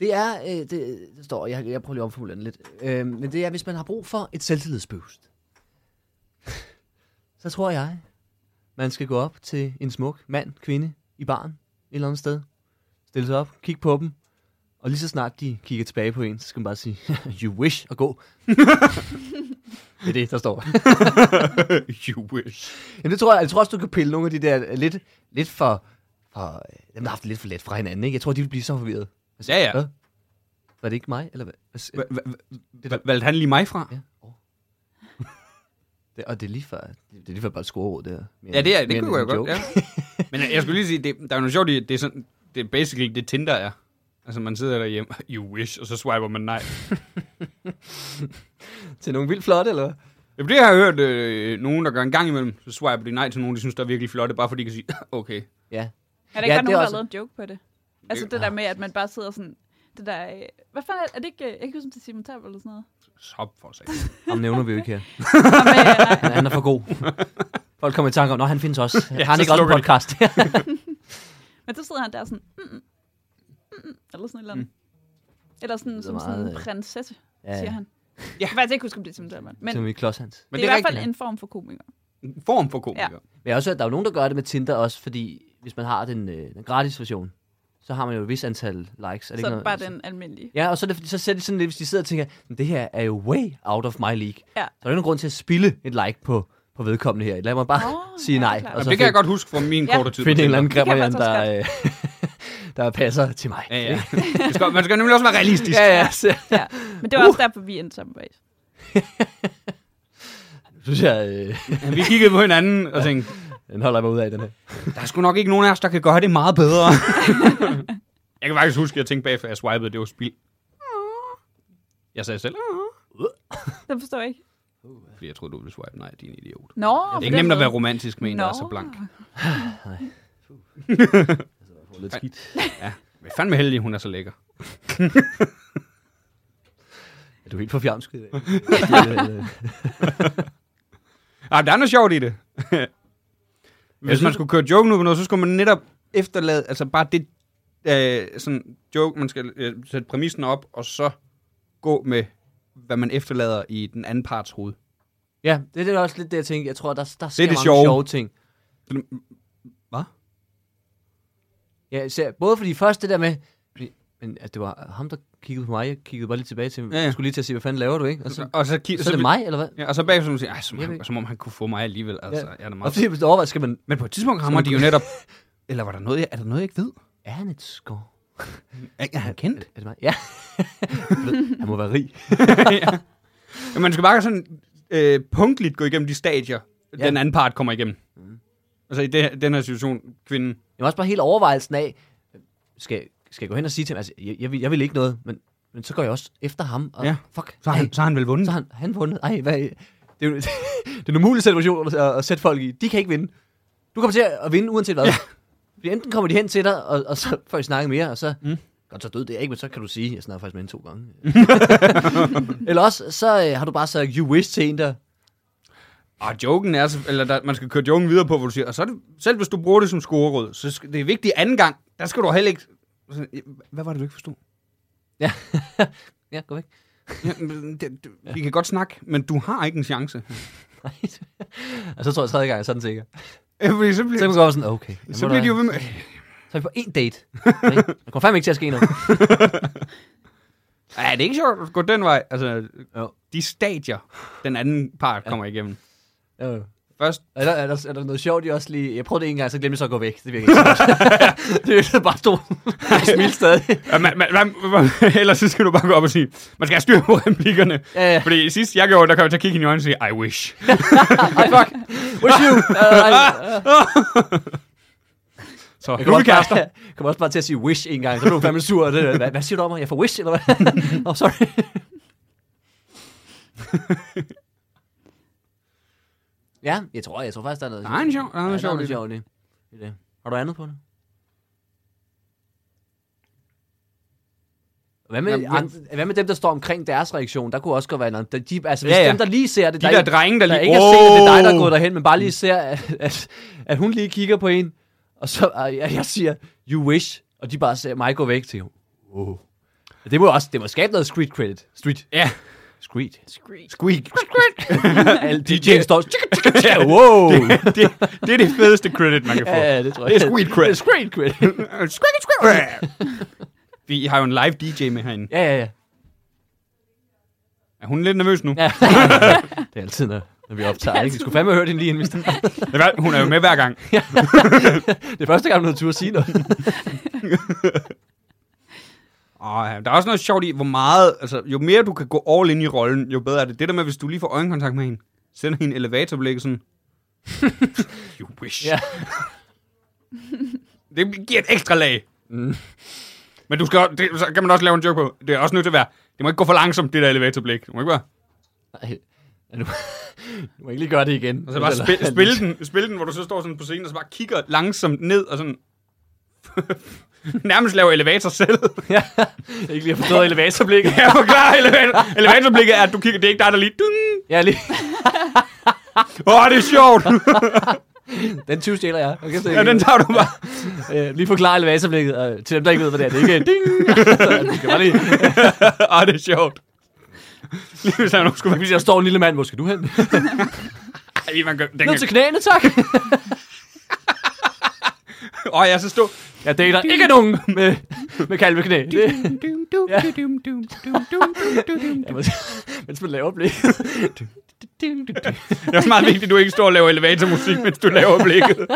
Speaker 3: Det er, øh, det, det står, jeg, jeg prøver lige at omformulere den lidt, øhm, men det er, hvis man har brug for et selvtillidsboost, så tror jeg, man skal gå op til en smuk mand, kvinde i baren, et eller andet sted, stille sig op, kigge på dem, og lige så snart de kigger tilbage på en, så skal man bare sige, you wish, og gå. det er det, der står.
Speaker 1: you wish.
Speaker 3: Jamen, det tror jeg, jeg tror også, du kan pille nogle af de der øh, lidt, lidt for, for øh, dem, der har haft det lidt for let fra hinanden, ikke? Jeg tror, de vil blive så forvirret.
Speaker 1: Ja, ja.
Speaker 3: Hvad? Var det ikke mig? Eller hvad? Hvad s-
Speaker 1: Hva- hva- hva- hva- Valgte han lige mig fra?
Speaker 3: Ja. Oh. det, og det er lige før, det er lige før bare et scoreråd, det her. Mere
Speaker 1: Ja, det, er,
Speaker 3: end- mere
Speaker 1: det
Speaker 3: end
Speaker 1: kunne jeg
Speaker 3: en
Speaker 1: godt,
Speaker 3: joke.
Speaker 1: ja. Men jeg skulle lige sige, det, der er jo noget sjovt i, at det er, sådan, det er basically det Tinder er. Altså, man sidder derhjemme, you wish, og så swiper man nej.
Speaker 3: Til nogle vildt flotte, eller hvad?
Speaker 1: Det har jeg hørt øh, nogen, der gør en gang imellem, så swiper de nej til nogen, de synes, der er virkelig flotte, bare fordi de kan sige, okay.
Speaker 3: Ja.
Speaker 4: Er der
Speaker 3: Ja, det er
Speaker 4: ikke bare nogen, der har
Speaker 3: også-
Speaker 4: lavet en joke på det? Altså det der med, at man bare sidder sådan... Det der, øh, hvad fanden er, er det ikke... øh, Jeg kan ikke huske, om det er Simon Terp eller sådan noget.
Speaker 1: Så for sig.
Speaker 3: Ham nævner vi jo ikke her.
Speaker 4: Ham, øh, nej.
Speaker 3: Han, han er for god. Folk kommer i tanke om, nå, han findes også.
Speaker 1: Ja,
Speaker 3: Har han
Speaker 1: så
Speaker 3: ikke også en
Speaker 1: slukker de.
Speaker 3: podcast?
Speaker 4: Men så sidder han der sådan... Mm, mm, mm, eller sådan et eller andet. Eller sådan,
Speaker 3: lyder
Speaker 4: som sådan
Speaker 3: meget,
Speaker 4: en
Speaker 3: øh,
Speaker 4: prinsesse,
Speaker 3: ja,
Speaker 4: siger
Speaker 3: ja.
Speaker 4: han. Jeg kan faktisk ikke huske, om det er Simon Terp. Men, men
Speaker 3: Som i Klods Hans.
Speaker 1: Men
Speaker 4: det er i hvert fald
Speaker 1: rigtigt.
Speaker 4: en form for komiker.
Speaker 1: en form for komiker. Ja.
Speaker 4: Ja.
Speaker 3: Men jeg har også hørt, at der er jo nogen, der gør det med Tinder også, fordi hvis man har den, øh, den gratis version, så har man jo et vis antal likes. Er det
Speaker 4: Så
Speaker 3: ikke noget,
Speaker 4: bare den almindelige.
Speaker 3: Ja, og så, er det, fordi- så ser de sådan lidt, hvis de sidder og tænker, "Men det her er jo way out of my league. Så
Speaker 4: Ja.
Speaker 3: der er jo ingen grund til at spille et like på, på vedkommende her. Lad mig bare
Speaker 4: Nå,
Speaker 3: oh, sige
Speaker 4: ja,
Speaker 3: nej.
Speaker 4: klart.
Speaker 1: Jamen, det kan jeg godt huske fra min
Speaker 4: Ja.
Speaker 1: korte tid. på
Speaker 3: finde en eller
Speaker 1: Tinder.
Speaker 3: anden grim
Speaker 4: Det kan jeg
Speaker 3: en,
Speaker 4: faktisk
Speaker 3: der, øh, der passer til mig.
Speaker 1: Ja, ja. Man skal, man skal nemlig også være realistisk.
Speaker 3: ja, ja. Så,
Speaker 4: Ja. Men det var også derfor, vi endte sammen bag.
Speaker 3: synes jeg, øh,
Speaker 1: Vi kiggede på hinanden og tænkte,
Speaker 3: den holder jeg mig ud af, den her.
Speaker 1: der er sgu nok ikke nogen af os, der kan gøre det meget bedre. jeg kan faktisk huske, at jeg tænkte bagefter, at jeg swipede, det var spild. Jeg sagde selv,
Speaker 4: Det forstår jeg ikke.
Speaker 1: fordi jeg troede, du ville swipe nej, din idiot.
Speaker 4: Nå,
Speaker 1: Det er ikke nemt at være romantisk med en, der er så
Speaker 4: Nå.
Speaker 1: blank.
Speaker 3: Det var lidt skidt.
Speaker 1: Men fandme heldig, hun er så lækker.
Speaker 3: Er du helt for fjamsket? i dag? øh,
Speaker 1: Ah, der er noget sjovt i det. Hvis man
Speaker 3: synes-
Speaker 1: skulle køre joke nu på noget, så skulle man netop efterlade, altså bare det øh, sådan joke, man skal øh, sætte præmissen op, og så gå med, hvad man efterlader i den anden parts hoved.
Speaker 3: ja, det er det også lidt det, jeg tænker. Jeg tror, der, der sker
Speaker 1: det
Speaker 3: mange
Speaker 1: sjove.
Speaker 3: sjove ting.
Speaker 1: Hvad?
Speaker 3: Ja, især, både fordi først det der med, fordi- men at det var ham, der kiggede på mig, jeg kiggede bare lige tilbage til ham.
Speaker 1: Ja, ja.
Speaker 3: Ja, ja. skulle lige til at sige, hvad fanden laver du, ikke? Og så,
Speaker 1: Og så, ki-
Speaker 3: så, så er det mig, eller hvad?
Speaker 1: Ja, og så bagefter, som siger, "Ej, som,
Speaker 3: Jeg
Speaker 1: han,
Speaker 3: ved-
Speaker 1: som om han kunne få mig alligevel. Altså, ja. jeg er da
Speaker 3: Og
Speaker 1: meget...
Speaker 3: fordi hvis du overvejer, skal man,
Speaker 1: Men på et tidspunkt rammer de jo netop... Eller var der noget, jeg, er der noget, jeg ikke ved?
Speaker 3: er han et skov?
Speaker 1: Er, er han
Speaker 3: Er
Speaker 1: kendt?
Speaker 3: det mig? Ja. han må være rig.
Speaker 1: Men man skal bare sådan øh, punktligt gå igennem de stadier, ja.
Speaker 3: Ja.
Speaker 1: den anden part kommer igennem. Mm. Altså i det, her- den her situation, kvinden...
Speaker 3: Jeg var også bare helt overvejelsen af, skal, skal jeg gå hen og sige til ham, altså, jeg, jeg, vil, jeg vil ikke noget, men, men så går jeg også efter ham, og
Speaker 1: Ja.
Speaker 3: ja. fuck,
Speaker 1: Så har,
Speaker 3: ej,
Speaker 1: han, så har han vel vundet?
Speaker 3: så har han, han vundet. Ej, hvad, det er, jo, det er en umulig situation at, at sætte folk i. De kan ikke vinde. Du kommer til at vinde uanset hvad. Ja. Fordi enten kommer de hen til dig, og, og så får I snakket mere, og så... Mm. Godt, så døde det er ikke, men så kan du sige, jeg snakker faktisk med hende to gange. Eller også, så øh, har du bare sagt, you wish til en, der...
Speaker 1: Og Ah, joken er, så- eller der, man skal køre joken videre på, hvor du siger, og så er det, selv hvis du bruger det som scoreråd, så skal, det er vigtigt anden gang, der skal du heller ikke... sådan, Hvad var det, du ikke forstod?
Speaker 3: Ja, gå væk.
Speaker 1: Ja, men det, det, vi kan godt snakke, men du har ikke en chance.
Speaker 3: Nej. og så tror jeg tredje gang, jeg er sådan sikker.
Speaker 1: Ja, fordi så
Speaker 3: Så kan
Speaker 1: bliver,
Speaker 3: man godt være sådan, okay. jeg
Speaker 1: så
Speaker 3: må
Speaker 1: bliver
Speaker 3: da-
Speaker 1: de jo ved med...
Speaker 3: Så er vi på én date. Ikke? Der kommer fandme ikke til at ske noget.
Speaker 1: Ja, det er ikke sjovt at gå den vej. Altså,
Speaker 3: Jo.
Speaker 1: de stadier, den anden part kommer igennem.
Speaker 3: Jo.
Speaker 1: Først,
Speaker 3: Øh, Er der, er, der, er der noget sjovt i også lige... Jeg prøvede det en gang, så glemte jeg så at gå væk. Det virker ikke så godt. det virker bare stort. Jeg smilte stadig.
Speaker 1: ja, man, man, man, man, ellers så skal du bare gå op og sige, man skal have styr på replikkerne.
Speaker 3: Ja, ja.
Speaker 1: Fordi sidst jeg gjorde, der kom jeg til at kigge hende i øjnene og sige, I wish.
Speaker 3: Ej, fuck. Wish you. Uh, ej,
Speaker 1: Så nu er
Speaker 3: jeg
Speaker 1: vi
Speaker 3: også
Speaker 1: kærester.
Speaker 3: bare, jeg kommer også bare til at sige wish en gang. Så blev du fandme sur. og Det, hvad, hvad siger du om mig? Jeg får wish, eller hvad? Åh, oh, sorry. ja, jeg tror, jeg tror faktisk, der er noget
Speaker 1: Der er en sjov- der er noget
Speaker 3: Ja,
Speaker 1: sjovt i det.
Speaker 3: sjovt i det. i det. Har du andet på det? Hvad med,
Speaker 1: Jamen,
Speaker 3: andre, hvad med dem, der står omkring deres reaktion? Der kunne også godt være noget. De, de, altså, hvis
Speaker 1: Ja,
Speaker 3: ja,
Speaker 1: ja.
Speaker 3: ja. dem, der lige ser det,
Speaker 1: De
Speaker 3: ikke-
Speaker 1: der drenge, der
Speaker 3: der
Speaker 1: lige...
Speaker 3: ikke har set, at det er dig, der er
Speaker 1: Åh!
Speaker 3: gået derhen, men bare lige ser, at, at, at hun lige kigger på en, og så og jeg, jeg siger, you wish, og de bare ser mig gå væk til oh. Det må jo også, det må skabe noget street credit. Street.
Speaker 1: Ja.
Speaker 3: Street.
Speaker 4: Screech.
Speaker 1: Squeak.
Speaker 3: Alle DJ'en står, tjek, tjek, tjek, wow.
Speaker 1: det, det er det fedeste credit, man kan få.
Speaker 3: Ja, ja, det tror
Speaker 1: Det
Speaker 3: jeg.
Speaker 1: er squeak credit.
Speaker 3: Street credit.
Speaker 1: Squeak, squeak. Vi har jo en live DJ med herinde.
Speaker 3: Ja, ja, ja.
Speaker 1: Er hun lidt nervøs nu?
Speaker 3: ja. det er altid, når, når vi optager. Ikke? Vi skulle fandme høre den lige inden vi startede.
Speaker 1: Det er- Hun er jo med hver gang.
Speaker 3: Det er første gang, hun har tur at sige noget.
Speaker 1: Og der er også noget sjovt i, hvor meget, altså jo mere du kan gå all in i rollen, jo bedre er det. Det der med, hvis du lige får øjenkontakt med hende, sender hende en elevatorblik sådan, you wish.
Speaker 3: Ja.
Speaker 1: det giver et ekstra lag. Mm. Men du skal, også- det, så kan man også lave en joke på, det er også nødt til at være, det må ikke gå for langsomt, det der elevatorblik. Det må ikke være.
Speaker 3: Nej. Ja, Nu, nu må jeg ikke lige gøre det igen.
Speaker 1: Og så bare spil, spille den, spille den, hvor du så står sådan på scenen, og så bare kigger langsomt ned, og sådan, nærmest laver elevator selv.
Speaker 3: ja. Ikke lige har forstået elevatorblikket.
Speaker 1: Jeg forklarer elevator, elevatorblikket er, at du kigger, det er ikke dig, der lige, dun,
Speaker 3: Ja, lige.
Speaker 1: Åh, oh, det er sjovt!
Speaker 3: Den 20 stjæler jeg. jeg kan se,
Speaker 1: ja, den tager du bare.
Speaker 3: øh, lige forklare elevatorblikket øh, til dem, der ikke ved, hvad det er. Det er ikke ding. Altså, du kan bare lige,
Speaker 1: Åh, oh, det er sjovt. Lige hvis han nu skulle
Speaker 3: hvis der står en lille mand, hvor skal du hen?
Speaker 1: være... Ej, man gør, den
Speaker 3: Ned til
Speaker 1: kan...
Speaker 3: knæene, tak.
Speaker 1: Åh, oh, jeg så stå...
Speaker 3: Jeg dater ikke nogen med, med kalveknæ. Det, Ja. ja, men, mens man laver blikket.
Speaker 1: Det er også meget vigtigt, at du ikke står og laver elevatormusik, mens du laver blikket.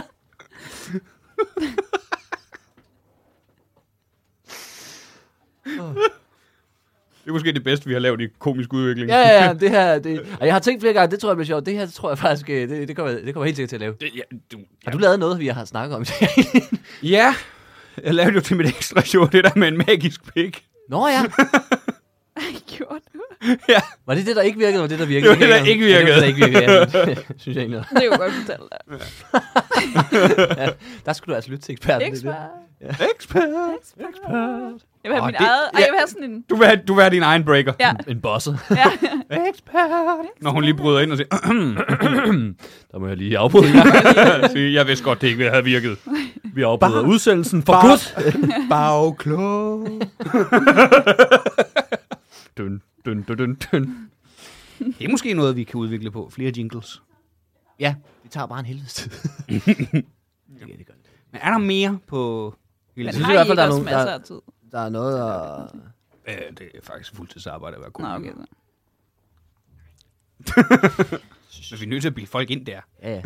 Speaker 1: Det er måske det bedste, vi har lavet i komisk udvikling.
Speaker 3: Ja, ja, ja, det her, det, og jeg har tænkt flere gange, det tror jeg bliver sjovt. Det her tror jeg faktisk, øh, det, det, kommer, jeg- det kommer jeg helt sikkert til at lave.
Speaker 1: Det, ja, du,
Speaker 3: Har du lavet noget, vi har snakket om?
Speaker 1: ja, jeg lavede jo til mit ekstra show, det der med en magisk pik.
Speaker 3: Nå ja,
Speaker 4: Ej, gjort.
Speaker 1: Ja.
Speaker 3: var det det, der ikke virkede, var det, der virkede?
Speaker 1: Det var det, der ikke
Speaker 3: Ja, det var det, der ikke virkede, ja. synes jeg egentlig.
Speaker 4: Det er jo godt fortalt.
Speaker 3: Ja, der skulle du altså lytte til eksperten. det er det.
Speaker 4: Expert.
Speaker 1: Expert.
Speaker 4: Expert. Jeg vil have
Speaker 1: Åh,
Speaker 4: min
Speaker 1: det-
Speaker 4: eget.
Speaker 1: ja.
Speaker 4: Ej, jeg vil have sådan en...
Speaker 1: Du vil, have, du vil have din egen breaker.
Speaker 4: Ja,
Speaker 3: En bosse.
Speaker 4: ja.
Speaker 1: Når hun lige bryder ind og siger,
Speaker 3: Der må jeg lige afbryde.
Speaker 1: Sige, jeg vidste godt, det ikke havde virket.
Speaker 3: Vi afbryder udsendelsen for
Speaker 1: Bare-
Speaker 3: godt.
Speaker 1: Bagklog. dun, dun, dun, dun, dun. Det er måske noget, vi kan udvikle på. Flere jingles.
Speaker 3: Ja, det tager bare en helvedes tid. ja, det gør det.
Speaker 1: Men er der mere på...
Speaker 4: Men
Speaker 3: synes
Speaker 4: har
Speaker 3: i
Speaker 4: I
Speaker 3: hvert fald,
Speaker 4: ikke
Speaker 3: der er
Speaker 4: også
Speaker 3: nogen, der-
Speaker 4: masser af tid?
Speaker 3: Der er noget at...
Speaker 1: Øh, det er faktisk fuldtidsarbejde at være
Speaker 4: Nå,
Speaker 1: komiker.
Speaker 4: okay. så.
Speaker 1: Men vi er nødt til at bilde folk ind der.
Speaker 3: Ja,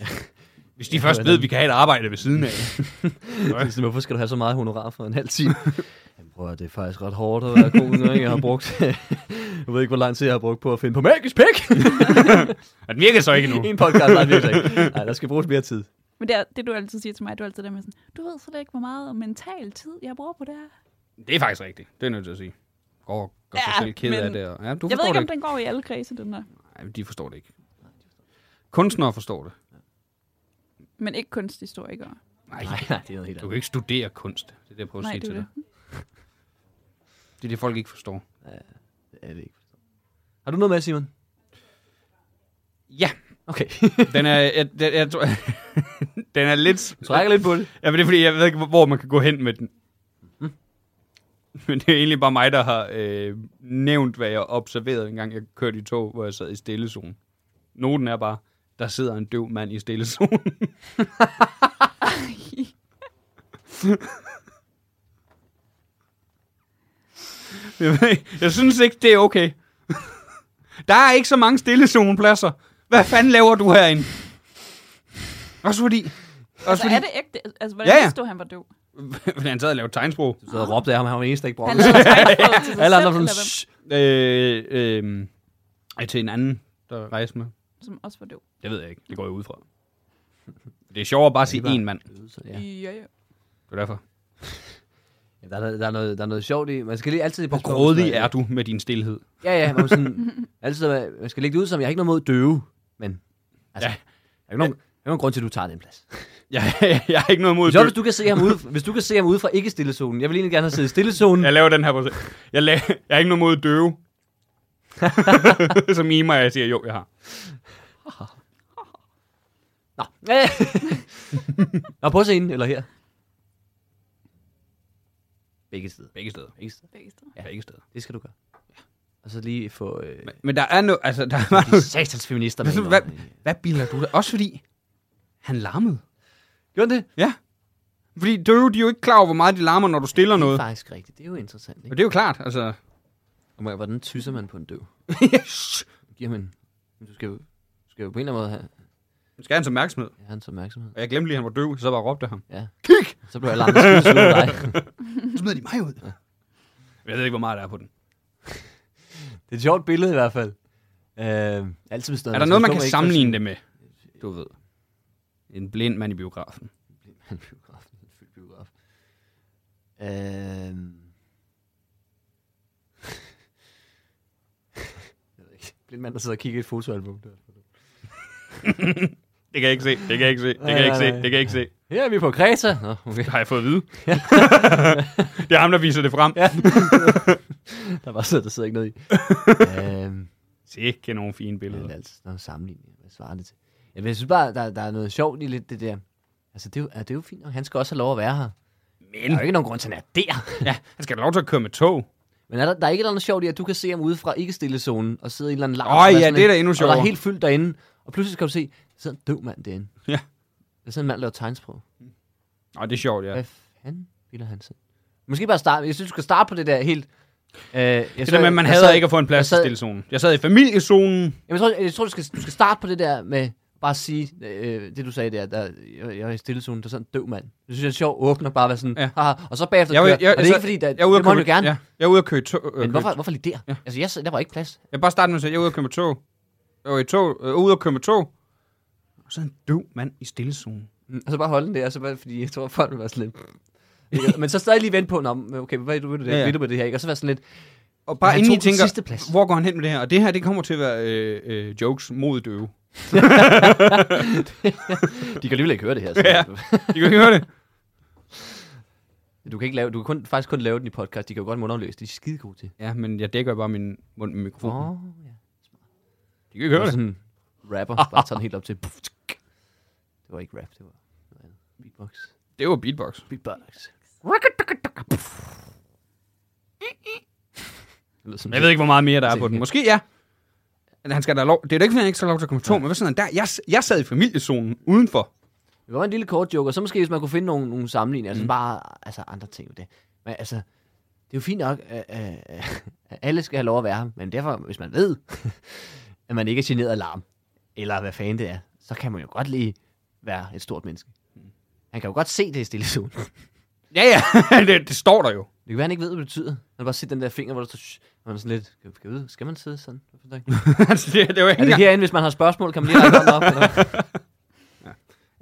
Speaker 3: ja.
Speaker 1: Hvis de først ved, at vi kan have et arbejde ved siden af.
Speaker 3: Så Altså, hvorfor skal du have så meget honorar for en halv time? Jamen, prøv at, det er faktisk ret hårdt at være komiker, ikke? Jeg har brugt... jeg ved ikke, hvor lang tid jeg har brugt på at finde på magisk pik.
Speaker 1: Og den virker så ikke endnu.
Speaker 3: en podcast, nej, virkelig ikke. Nej, der skal bruges mere tid.
Speaker 4: Men det, er, det, du altid siger til mig, du er altid der med sådan, du ved slet ikke, hvor meget mental tid, jeg bruger på det her.
Speaker 1: Det er faktisk rigtigt. Det er jeg nødt til at sige. Går og gør sig
Speaker 4: Ja,
Speaker 1: selv ked
Speaker 4: men-
Speaker 1: af det. og- Ja, du
Speaker 4: Jeg ved
Speaker 1: forstår
Speaker 4: ikke,
Speaker 1: det
Speaker 4: om den går i alle kredse, den der.
Speaker 1: Nej, de forstår det ikke. Kunstnere forstår det.
Speaker 4: Men ikke kunsthistorikere.
Speaker 1: Nej,
Speaker 3: Nej, nej, det er noget helt
Speaker 1: du
Speaker 3: andet.
Speaker 1: kan ikke studere kunst. Det er det, jeg prøver at
Speaker 4: Nej,
Speaker 1: sige
Speaker 4: det er
Speaker 1: til dig.
Speaker 4: det.
Speaker 1: Det er det, folk ikke forstår.
Speaker 3: Det er det ikke. Har du noget med, Simon?
Speaker 1: Ja,
Speaker 3: Okay.
Speaker 1: den er, jeg, jeg, jeg tror, den er lidt...
Speaker 3: Du trækker lidt på det.
Speaker 1: Ja, men det er fordi, jeg ved ikke, hvor- hvor man kan gå hen med den. Men det er egentlig bare mig, der har øh, nævnt, hvad jeg observerede, en gang jeg kørte i tog, hvor jeg sad i stillezone. Noten er bare, der sidder en døv mand i stillezonen. jeg, ved, ikke- jeg synes ikke, det er okay. Der er ikke så mange stillezonepladser. Hvad fanden laver du herinde? Også fordi... Også
Speaker 4: Altså,
Speaker 1: fordi
Speaker 4: er det ægte? Altså, hvordan
Speaker 1: Ja,
Speaker 4: ja,
Speaker 1: ja.
Speaker 4: ja. vidste du, han var døv?
Speaker 1: fordi han sad og lavede tegnsprog.
Speaker 3: Du sidder og råbte af ham, han var den eneste, der ikke brugte
Speaker 4: Han
Speaker 3: det.
Speaker 4: lavede tegnsprog til sig
Speaker 3: Alle
Speaker 4: selv,
Speaker 3: andre var sådan,
Speaker 4: eller
Speaker 1: Øh,
Speaker 3: "Shh."
Speaker 4: hvem,
Speaker 1: øh, øh, til en anden, der rejser med.
Speaker 4: som også var døv.
Speaker 1: Det ved jeg ikke. Det går jeg ud fra. Det er sjovere bare at sige én mand.
Speaker 3: Så,
Speaker 4: Ja,
Speaker 3: ja.
Speaker 4: ja. ja.
Speaker 1: Det er derfor.
Speaker 3: Ja, Der, er, der, er noget, der er noget sjovt i. Man skal lige altid...
Speaker 1: Hvor grådig er du med din stillhed?
Speaker 3: Ja, ja. Man, må sådan, altid, være- man skal lægge det ud som, jeg har ikke noget mod døve, men... Altså,
Speaker 1: Ja.
Speaker 3: ja. der er ikke nogen, der er nogen grund til, at du tager den plads.
Speaker 1: Jeg, jeg har ikke noget mod
Speaker 3: Så hvis
Speaker 1: det.
Speaker 3: du kan se ham ude, hvis du kan se ham ude fra ikke stillezonen. Jeg vil egentlig gerne have siddet i stillezonen.
Speaker 1: Jeg laver den her på jeg, la- jeg har ikke noget mod døve. Som mimer, jeg siger, jo, jeg har.
Speaker 3: Nå. Øh. Nå, på scenen, eller her. Begge sider.
Speaker 1: Begge steder.
Speaker 3: Begge sider.
Speaker 4: Begge steder.
Speaker 1: Ja. Begge steder.
Speaker 3: Det skal du gøre. Ja. Og så lige få... Øh,
Speaker 1: Men, men der er noget, altså, der er
Speaker 3: de satans feminister med.
Speaker 1: hvad, hvad, hvad bilder du dig? Også fordi, han larmede.
Speaker 3: Gjorde det?
Speaker 1: Ja. Fordi døve, de er jo ikke klar over, hvor meget de larmer, når du stiller
Speaker 3: Det er
Speaker 1: noget.
Speaker 3: faktisk rigtigt. Det er jo interessant,
Speaker 1: Og
Speaker 3: ikke?
Speaker 1: det er jo klart, altså.
Speaker 3: Og må- Hvordan tyser man på en døv? Giver man... Du skal jo, du skal jo på en eller anden måde have...
Speaker 1: Man skal have hans opmærksomhed.
Speaker 3: Jeg har hans opmærksomhed.
Speaker 1: Og jeg glemte lige, at han var døv, så jeg bare råbte af ham.
Speaker 3: Ja. Kig! Så blev alle andre skidesure end dig.
Speaker 1: Så smider de mig ud. Ja. Jeg ved ikke, hvor meget der er på den.
Speaker 3: Det er et sjovt billede i hvert fald. Øh, altid bestået.
Speaker 1: Er der noget, man kan sammenligne det med? Du ved. En blind mand i biografen.
Speaker 3: En biograf. En fyldt biograf. Øhm. jeg ved ikke. Blind mand, der sidder og kigger i et fotoalbum.
Speaker 1: Det kan jeg ikke se. Det kan jeg ikke se. Det kan jeg ikke se. Det kan jeg ikke se.
Speaker 3: Her er vi på Kreta. Nå, okay.
Speaker 1: Det har jeg fået at vide. det er ham, der viser det frem.
Speaker 3: Ja. der var sidder, der sidder ikke noget i. øhm.
Speaker 1: Sikke nogle fine
Speaker 3: Ja,
Speaker 1: billeder.
Speaker 3: det er altid sådan en sammenligning. Hvad svarer det til? Jamen, jeg synes bare, der, der er noget sjovt i lidt det der. Altså, det er, jo, ja, det er jo fint, og han skal også have lov at være her.
Speaker 1: Men
Speaker 3: Der er jo ikke nogen grund til, at han er der.
Speaker 1: ja, han skal have lov til at køre med tog.
Speaker 3: Men er der, der er ikke noget sjovt i, at du kan se ham ude fra ikke-stillezonen, og sidde i en eller anden larm.
Speaker 1: Åh,
Speaker 3: og være
Speaker 1: ja,
Speaker 3: sådan
Speaker 1: det er
Speaker 3: en-
Speaker 1: da endnu
Speaker 3: Og der
Speaker 1: sjovere.
Speaker 3: er helt fyldt derinde, og pludselig kan du se, der sidder en død mand derinde.
Speaker 1: Ja.
Speaker 3: Der sidder en mand, der laver tegnsprog.
Speaker 1: Nå, det er sjovt,
Speaker 3: Ja.
Speaker 1: ja.
Speaker 3: Hvad fanden bilder han sig? Måske bare starte, jeg synes, du skal starte på det der helt... Øh, jeg
Speaker 1: Det der med, at man hader ikke at få en plads
Speaker 3: jeg sad-
Speaker 1: i stillezonen. Jeg sad i familiezonen.
Speaker 3: Jamen, jeg tror, jeg tror du, skal, du skal starte på det der med bare at sige, øh, det du sagde der, der jeg, jeg er i stillezonen, der er sådan en død mand. Det synes jeg er sjovt åbner bare at være sådan,
Speaker 1: Ja.
Speaker 3: ja. Haha, og så bagefter
Speaker 1: Jeg,
Speaker 3: kører.
Speaker 1: jeg, jeg,
Speaker 3: og det er ikke
Speaker 1: så-
Speaker 3: fordi, der,
Speaker 1: jeg er ude
Speaker 3: det
Speaker 1: at
Speaker 3: må
Speaker 1: køre,
Speaker 3: han jo gerne.
Speaker 1: Ja, jeg er ude at køre i tog. øh,
Speaker 3: Men
Speaker 1: køre-
Speaker 3: hvorfor, hvorfor lige der? Ja. Altså, jeg, sad- der var ikke plads.
Speaker 1: Jeg vil bare starte med at sige, jeg er ude at køre med tog. Jeg var i tog, øh, ude at køre med tog. Og så en død mand i stillezonen.
Speaker 3: Mm, Og så bare holde den der, og så bare, fordi jeg tror, folk vil være sådan lidt... Men så stadig lige vente på, Nå, men okay, hvad er du ved det,
Speaker 1: Ja, ja.
Speaker 3: ja, ja. med det her, ikke? Og så være sådan lidt...
Speaker 1: Og
Speaker 3: Men
Speaker 1: bare
Speaker 3: han
Speaker 1: inden I
Speaker 3: tog den
Speaker 1: tænker,
Speaker 3: sidste plads.
Speaker 1: hvor går han hen med det her? Og det her, det kommer til at være øh, øh, jokes mod døve.
Speaker 3: De kan alligevel ikke høre det her. Så
Speaker 1: Ja. I kan høre det.
Speaker 3: Du kan, ikke lave, du kan kun, faktisk kun lave den i podcast. De kan jo godt mundafløse. Det er de skide gode til.
Speaker 1: Ja, men jeg dækker bare min mund med mikrofonen. Oh.
Speaker 3: ja.
Speaker 1: De kan ikke høre
Speaker 3: Og
Speaker 1: det.
Speaker 3: sådan en rapper, bare tager den helt op til. Det var ikke rap, det var noget andet. Beatbox.
Speaker 1: Det var beatbox.
Speaker 3: Beatbox. Det lyder som
Speaker 1: Jeg ved ikke, hvor meget mere der er på den.
Speaker 3: Sikkert.
Speaker 1: Måske ja. Men Han skal da lov. Det er da ikke, fordi han ikke skal have lov til at komme to, men hvad sådan der? Jeg, jeg sad i familiezonen udenfor.
Speaker 3: Det var en lille kort joke, og så måske, hvis man kunne finde nogle, nogle sammenligninger,
Speaker 1: Mm.
Speaker 3: altså bare altså andre ting med det. Men altså, det er jo fint nok, at, at, at alle skal have lov at være her, men derfor, hvis man ved, at man ikke er generet af larm, eller hvad fanden det er, så kan man jo godt lige være et stort menneske.
Speaker 1: Mm.
Speaker 3: Han kan jo godt se det i stille zone. Det
Speaker 1: Ja, ja. det, det, står der jo.
Speaker 3: kan være, han ikke ved, hvad det betyder. Han har bare set den der finger, hvor der står, "Shh", og man er sådan lidt, skal, skal, jeg vide, skal man sidde sådan?
Speaker 1: altså, det, det var ikke
Speaker 3: Er det
Speaker 1: engang...
Speaker 3: herinde, hvis man har spørgsmål, kan man lige række hånden op? Eller? hvad?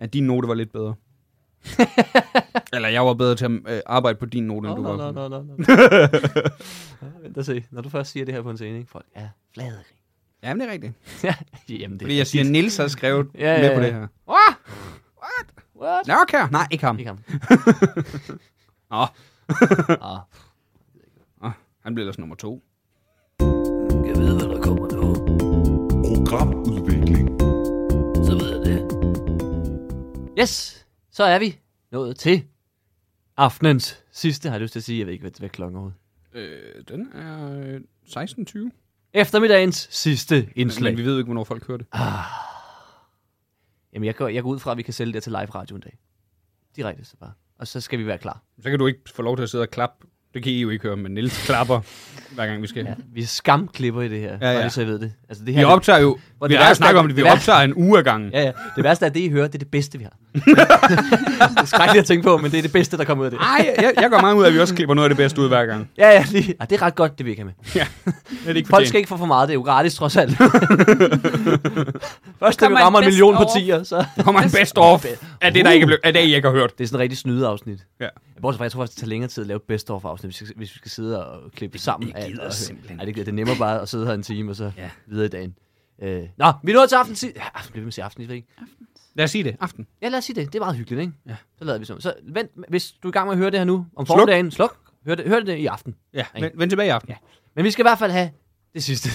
Speaker 1: Ja, din note var lidt bedre. Eller jeg var bedre til at øh, arbejde på din note, end du
Speaker 3: Nå, nå,
Speaker 1: var.
Speaker 3: nå, nå, nå. Ja, Vent og se. Når du først siger det her på en scene, ikke? Folk er flade grin.
Speaker 1: Ja, men det er rigtigt.
Speaker 3: Ja, Jamen, det
Speaker 1: Fordi jeg siger, at Nils har skrevet
Speaker 3: Ja, ja,
Speaker 1: med på
Speaker 3: ja.
Speaker 1: det her.
Speaker 3: What?
Speaker 1: Nå, okay. Nej, ikke ham.
Speaker 3: Ikke ham.
Speaker 1: Nå,
Speaker 3: Ah.
Speaker 1: Ah, han blev ellers nummer to.
Speaker 6: Jeg ved, hvad der kommer nu.
Speaker 5: Programudvikling.
Speaker 6: Så ved jeg det.
Speaker 3: Yes, så er vi nået til aftenens sidste, har jeg lyst til at sige. Jeg ved ikke, hvad, hvad klokken er overhovedet.
Speaker 1: Øh, den er øh, 16.20.
Speaker 3: Eftermiddagens sidste
Speaker 1: Men
Speaker 3: indslag.
Speaker 1: vi ved jo ikke, hvornår folk hører det.
Speaker 3: Jamen, jeg går, jeg går ud fra, at vi kan sælge det til live radio en dag. Direkte så bare. Og så skal vi være klar.
Speaker 1: Så kan du ikke få lov til at sidde og klappe. Det kan I jo ikke høre, men Nils klapper, hver gang vi skal. Ja.
Speaker 3: Ja. Vi skamklipper i det her, ja,
Speaker 1: ja.
Speaker 3: ja. lige så I ved det. Altså, det her,
Speaker 1: Vi
Speaker 3: det-
Speaker 1: optager jo...
Speaker 3: Hvor
Speaker 1: Vi
Speaker 3: det
Speaker 1: har jo
Speaker 3: værste er-
Speaker 1: snakket om det. Vi
Speaker 3: det værste-
Speaker 1: optager en uge ad gangen.
Speaker 3: Ja, ja. Det værste er, at det, I hører, det er det bedste, vi har. det er skrækkeligt at tænke på, men det er det bedste, der kommer ud af det.
Speaker 1: Ej, jeg, jeg går meget ud af, at vi også klipper noget af det bedste ud hver gang.
Speaker 3: Ja, ja, lige. Ej, det er ret godt, det vi ikke have med.
Speaker 1: Ja, det er det ikke
Speaker 3: Folk
Speaker 1: fortjent.
Speaker 3: skal ikke få for meget, det er jo gratis trods alt. Først, da vi
Speaker 4: Kommer
Speaker 3: rammer
Speaker 4: en
Speaker 3: en
Speaker 4: best
Speaker 3: million
Speaker 4: over.
Speaker 3: partier, så...
Speaker 1: Kommer en best off af det, der ikke er blevet, af det, I ikke har hørt.
Speaker 3: Det er sådan en rigtig snydeafsnit.
Speaker 1: Ja.
Speaker 3: Bortset fra, jeg tror faktisk, det tager længere tid at lave et best of afsnit, hvis vi skal- hvis vi skal sidde og klippe sammen. af alt
Speaker 1: gider
Speaker 3: og-
Speaker 1: simpelthen
Speaker 3: Ej, det, gider- det er nemmere bare at sidde her en time, og så
Speaker 1: Ja.
Speaker 3: ja. videre i dagen. Øh, nå, vi nåede til aften. Ja, aften bliver vi med at sige aften, jeg ved ikke.
Speaker 1: Lad os sige det. Aften.
Speaker 3: Ja, lad os sige det. Det er meget hyggeligt, ikke?
Speaker 1: Ja.
Speaker 3: Så lader vi sådan. Så vent, hvis du er i gang med at høre det her nu
Speaker 1: Sluk.
Speaker 3: om formiddagen, sluk. Hør det, hør det i aften.
Speaker 1: Ja,
Speaker 3: Ej.
Speaker 1: vend, vend tilbage i aften. Ja.
Speaker 3: Men vi skal i hvert fald have det sidste.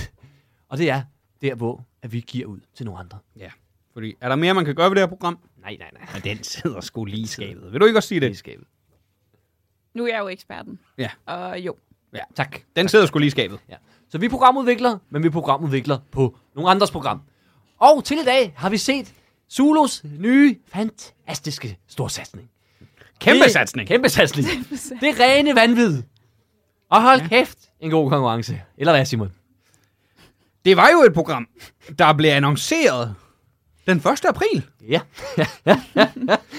Speaker 3: Og det er der, hvor at vi giver ud til nogle andre.
Speaker 1: ja. Fordi, er der mere, man kan gøre ved det her program?
Speaker 3: Nej, nej, nej.
Speaker 1: Ja, den sidder sgu lige i skabet. Vil du ikke også sige
Speaker 3: Det er
Speaker 1: det?
Speaker 3: skabet.
Speaker 4: Nu er jeg jo eksperten.
Speaker 1: Ja.
Speaker 4: Og jo.
Speaker 1: Ja.
Speaker 3: Tak.
Speaker 1: Den sidder sgu lige i skabet.
Speaker 3: Ja. Så vi er programudviklere, men vi er programudviklere på nogle andres program. Og til i dag har vi set Zulos nye, fantastiske storsatsning.
Speaker 1: Kæmpe
Speaker 3: Det-
Speaker 1: satsning.
Speaker 3: Kæmpe satsning. Det er rene vanvid. Og hold ja. kæft, en god konkurrence. Eller hvad, Simon?
Speaker 1: Det var jo et program, der blev annonceret Den 1. april.
Speaker 3: Ja.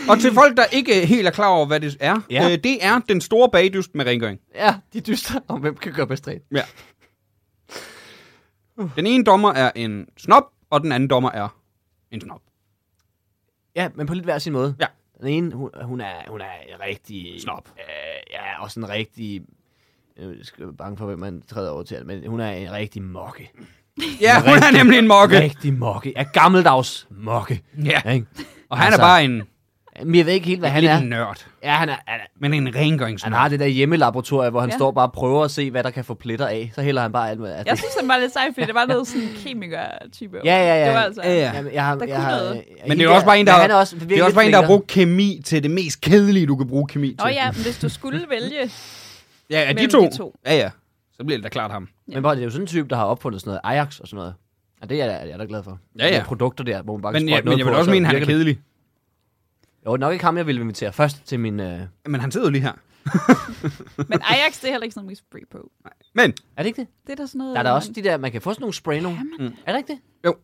Speaker 1: Og til folk, der ikke helt er klar over, hvad det er,
Speaker 3: Ja.
Speaker 1: ja. øh, det er den store bagdyst med rengøring.
Speaker 3: Ja, de dyster om, hvem kan gøre bedst rent.
Speaker 1: Ja. Den ene dommer er en snob, og den anden dommer er en snob.
Speaker 3: Ja, men på lidt hver sin måde.
Speaker 1: Ja.
Speaker 3: Den ene, hun, hun, er, hun er en rigtig...
Speaker 1: Snob.
Speaker 3: Øh, ja, også en rigtig... Jeg er bange for, hvem man træder over til, men hun er en rigtig mokke.
Speaker 1: Ja, hun er
Speaker 3: rigtig-
Speaker 1: nemlig en mokke.
Speaker 3: Rigtig mokke. Ja, gammeldags mokke.
Speaker 1: Ja.
Speaker 3: Ikke?
Speaker 1: Og han er
Speaker 3: Altså,
Speaker 1: bare en
Speaker 3: Men jeg ved ikke helt, hvad han
Speaker 1: lidt
Speaker 3: er.
Speaker 1: en nørd.
Speaker 3: Ja, han er, han er
Speaker 1: Men en
Speaker 3: Han
Speaker 1: rengøringssnob.
Speaker 3: har det der hjemmelaboratorie, hvor han ja.
Speaker 4: Ja.
Speaker 3: står bare og prøver at se, hvad der kan få pletter af. Så hælder han bare alt med. Altså,
Speaker 4: Jeg synes, den var lidt sej, fordi det var noget sådan kemiker-type. over
Speaker 3: ja, ja, ja.
Speaker 4: Det var altså...
Speaker 1: Ja, ja.
Speaker 3: Jamen, jeg har,
Speaker 4: Der
Speaker 3: jeg
Speaker 4: kunne
Speaker 3: har,
Speaker 4: noget.
Speaker 3: øh,
Speaker 1: Men det
Speaker 3: hende
Speaker 1: er jo også bare en, der,
Speaker 3: men han er også,
Speaker 1: det er også bare en, der har brugt kemi til det mest kedelige, du kan bruge kemi til.
Speaker 4: Nå ja, men hvis du skulle vælge...
Speaker 1: ja, ja de,
Speaker 4: mellem
Speaker 1: to.
Speaker 4: de to.
Speaker 1: Ja, ja. Så bliver det da klart ham.
Speaker 3: Men bare, det er jo sådan en type, der har opfundet sådan noget Ajax og sådan noget. Og det er jeg, jeg er da glad for.
Speaker 1: Ja, ja.
Speaker 3: De produkter der, hvor man bare kan
Speaker 1: Men, ja,
Speaker 3: sprøjte noget
Speaker 1: men jeg vil også
Speaker 3: på, og så
Speaker 1: mene, han er
Speaker 3: virker det.
Speaker 1: kedelig.
Speaker 3: Jo, det er nok ikke ham, jeg ville invitere først til min... Øh... Er
Speaker 1: Men han sidder jo lige her.
Speaker 4: Men Ajax, det er heller ikke sådan noget, man kan spray på.
Speaker 1: Men,
Speaker 3: det ikke det?
Speaker 4: Det er da sådan noget...
Speaker 3: Der er der
Speaker 4: man-
Speaker 3: også de der, man kan få sådan nogle spray nogle. Mm. Er det ikke det?
Speaker 1: Jo.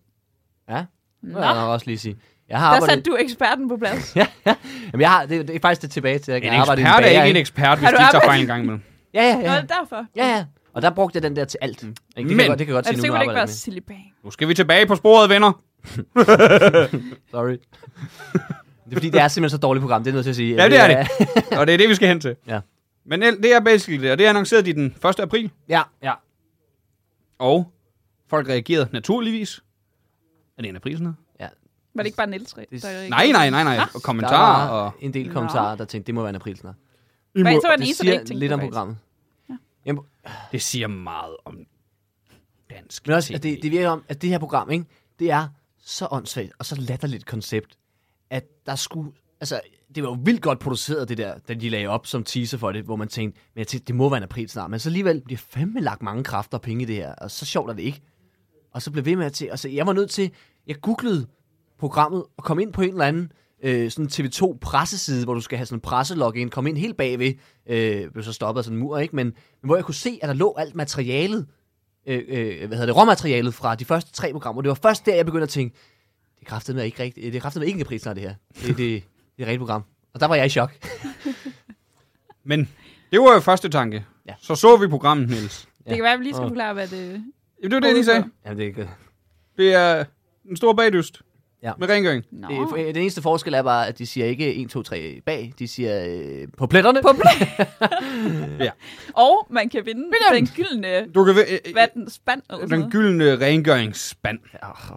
Speaker 3: Ja, det
Speaker 4: Nå,
Speaker 3: må jeg nok også lige sige. Jeg har
Speaker 4: der
Speaker 3: arbejdet...
Speaker 4: satte du eksperten på plads.
Speaker 3: Jamen, jeg har... Det, det er faktisk det tilbage til, at jeg
Speaker 1: en
Speaker 3: kan
Speaker 1: ekspert
Speaker 3: arbejde i
Speaker 1: er
Speaker 3: bager,
Speaker 1: ikke en ekspert, hvis
Speaker 4: Har du
Speaker 1: de tager
Speaker 4: arbejdet-
Speaker 1: fejl en gang imellem.
Speaker 3: Ja, ja,
Speaker 4: Nå,
Speaker 3: ja.
Speaker 4: det er derfor.
Speaker 3: Ja, ja. Og der brugte jeg den der til alt. Ikke? Det, kan
Speaker 1: Mm. Men-
Speaker 3: jeg godt, det kan jeg godt
Speaker 4: Er
Speaker 3: sige,
Speaker 4: det
Speaker 3: nu når
Speaker 4: sikkert
Speaker 3: jeg
Speaker 4: ikke
Speaker 3: arbejder
Speaker 4: være
Speaker 3: med.
Speaker 4: silly bang?
Speaker 1: Nu skal vi tilbage på sporet, venner.
Speaker 3: Sorry. det er fordi, det er simpelthen så dårligt program, det er noget til at sige. Altså,
Speaker 1: Ja, det er det. Og det er det, vi skal hen til.
Speaker 3: Ja.
Speaker 1: Men el- det er basically det, og det annoncerede de den 1. april.
Speaker 3: Ja, ja.
Speaker 1: Og folk reagerede naturligvis. Er det en af prisen her?
Speaker 4: Var det ikke bare Niels?
Speaker 3: Det-
Speaker 4: der-
Speaker 1: Nej, nej, nej, nej. Og kommentarer
Speaker 3: der var
Speaker 1: og...
Speaker 3: en del kommentarer, der tænkte, det må være en april snart.
Speaker 4: Men så var den
Speaker 3: Det
Speaker 4: eneste, der
Speaker 3: siger
Speaker 4: ikke tænkte
Speaker 3: lidt
Speaker 4: på
Speaker 3: om
Speaker 4: faktisk.
Speaker 3: programmet.
Speaker 1: Det siger meget om dansk
Speaker 3: Men også, at
Speaker 1: TV.
Speaker 3: altså, det, det virker om, at det her program, ikke, det er så åndssvagt og så latterligt koncept, at der skulle... Altså, det var jo vildt godt produceret, det der, da de lagde op som teaser for det, hvor man tænkte, men jeg tænkte, det må være en april snart, men så alligevel bliver fandme lagt mange kræfter og penge i det her, og så sjovt er det ikke. Og så blev ved med at til, og så jeg var nødt til, jeg googlede programmet og kom ind på en eller anden øh, sådan TV2 presseside, hvor du skal have sådan en presselogin, kom ind helt bagved, øh, blev så stoppet af sådan en mur, ikke? Men, men hvor jeg kunne se, at der lå alt materialet øh, øh, hvad hedder det, råmaterialet fra de første tre programmer. Det var først der, jeg begyndte at tænke, det er kraftedeme ikke rigtigt. Det er kraftedeme ikke en pris, det her. Det, det, det er et rigtigt program. Og der var jeg i chok.
Speaker 1: Men det var jo første tanke.
Speaker 3: Ja.
Speaker 1: Ja. Så så vi programmet, Niels.
Speaker 4: Det kan være, at vi lige skal forklare, hvad det...
Speaker 1: Jamen, det var det, jeg lige sagde.
Speaker 3: Jamen, det, er,
Speaker 1: Det er en stor bagdyst.
Speaker 3: Ja.
Speaker 1: Ja. Med rengøring.
Speaker 4: Nå.
Speaker 3: det, det eneste forskel er bare, at de siger ikke 1, 2, 3 bag. De siger øh, på pletterne. På
Speaker 4: Og man kan vinde den gyldne...
Speaker 1: Du kan ved,
Speaker 4: Hvad er den? Spand eller sådan
Speaker 1: den
Speaker 4: noget?
Speaker 1: gyldne rengøringsspand,
Speaker 3: oh,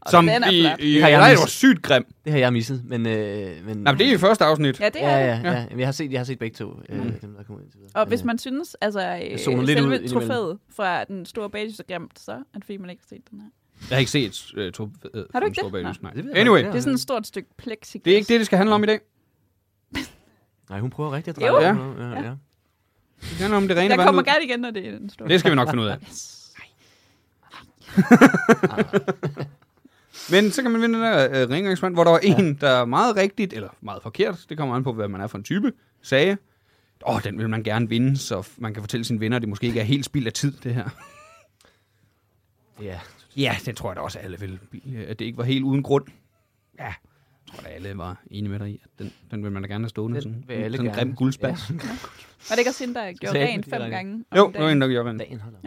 Speaker 4: Og
Speaker 1: som
Speaker 4: den er
Speaker 1: i,
Speaker 4: flot.
Speaker 1: i,
Speaker 3: Det
Speaker 1: i
Speaker 3: har jeg
Speaker 1: nej, det
Speaker 3: misset.
Speaker 1: var sygt grim.
Speaker 3: det har jeg misset, men... Øh, men
Speaker 1: Nej, men det er i første afsnit.
Speaker 4: Ja,
Speaker 1: Ja.
Speaker 4: det er
Speaker 3: Ja,
Speaker 4: det.
Speaker 3: ja, ja. Jamen, Jeg har set, jeg har set begge to, øh, dem, der kom ind. til videre.
Speaker 4: Og
Speaker 3: Men,
Speaker 4: hvis
Speaker 3: øh,
Speaker 4: man synes, altså øh,
Speaker 3: zoner lidt ud
Speaker 4: selve
Speaker 3: indimellem.
Speaker 4: trofæet fra den store basis er grimt, så er det fordi, man ikke har set den her.
Speaker 1: Jeg har ikke set
Speaker 3: øh,
Speaker 1: uh, to, uh,
Speaker 4: Har du ikke
Speaker 1: stor
Speaker 4: det?
Speaker 1: bagdyst. Nej.
Speaker 3: Det ved jeg
Speaker 1: Anyway,
Speaker 3: ikke.
Speaker 4: Det er sådan et stort stykke plexiglas.
Speaker 1: det er ikke det, det skal handle om i dag.
Speaker 3: øh, Nej, hun prøver rigtig at
Speaker 4: Jo.
Speaker 3: dreje.
Speaker 1: Ja.
Speaker 3: det. Ja, ja.
Speaker 1: Det skal handle om det rene
Speaker 4: Jeg kommer
Speaker 1: vandet.
Speaker 4: gerne igen, når det er den store.
Speaker 1: Det skal vi nok finde ud af.
Speaker 4: Yes.
Speaker 1: Men så kan man vinde den der øh, rengøringsmand, hvor der var en, der meget rigtigt, eller meget forkert, det kommer an på, hvad man er for en type, sagde, åh, oh, den vil man gerne vinde, så f- man kan fortælle sine venner, at det måske ikke er helt spild af tid, det her.
Speaker 3: ja.
Speaker 1: Ja, det tror jeg da også, at alle vil, at det ikke var helt uden grund. Ja, jeg tror da alle var enige med dig i, at den, den vil man da gerne have stående.
Speaker 3: Den
Speaker 1: sådan,
Speaker 3: vil alle
Speaker 1: sådan en
Speaker 3: gerne.
Speaker 1: grim guldspand. Ja.
Speaker 4: Var det ikke også hende, der gjorde
Speaker 3: Sagde
Speaker 4: rent
Speaker 3: den,
Speaker 4: fem
Speaker 3: eller-
Speaker 4: gange? om
Speaker 1: Jo, det
Speaker 4: dagen?
Speaker 1: var en, der gjorde rent.
Speaker 3: Dagen holder.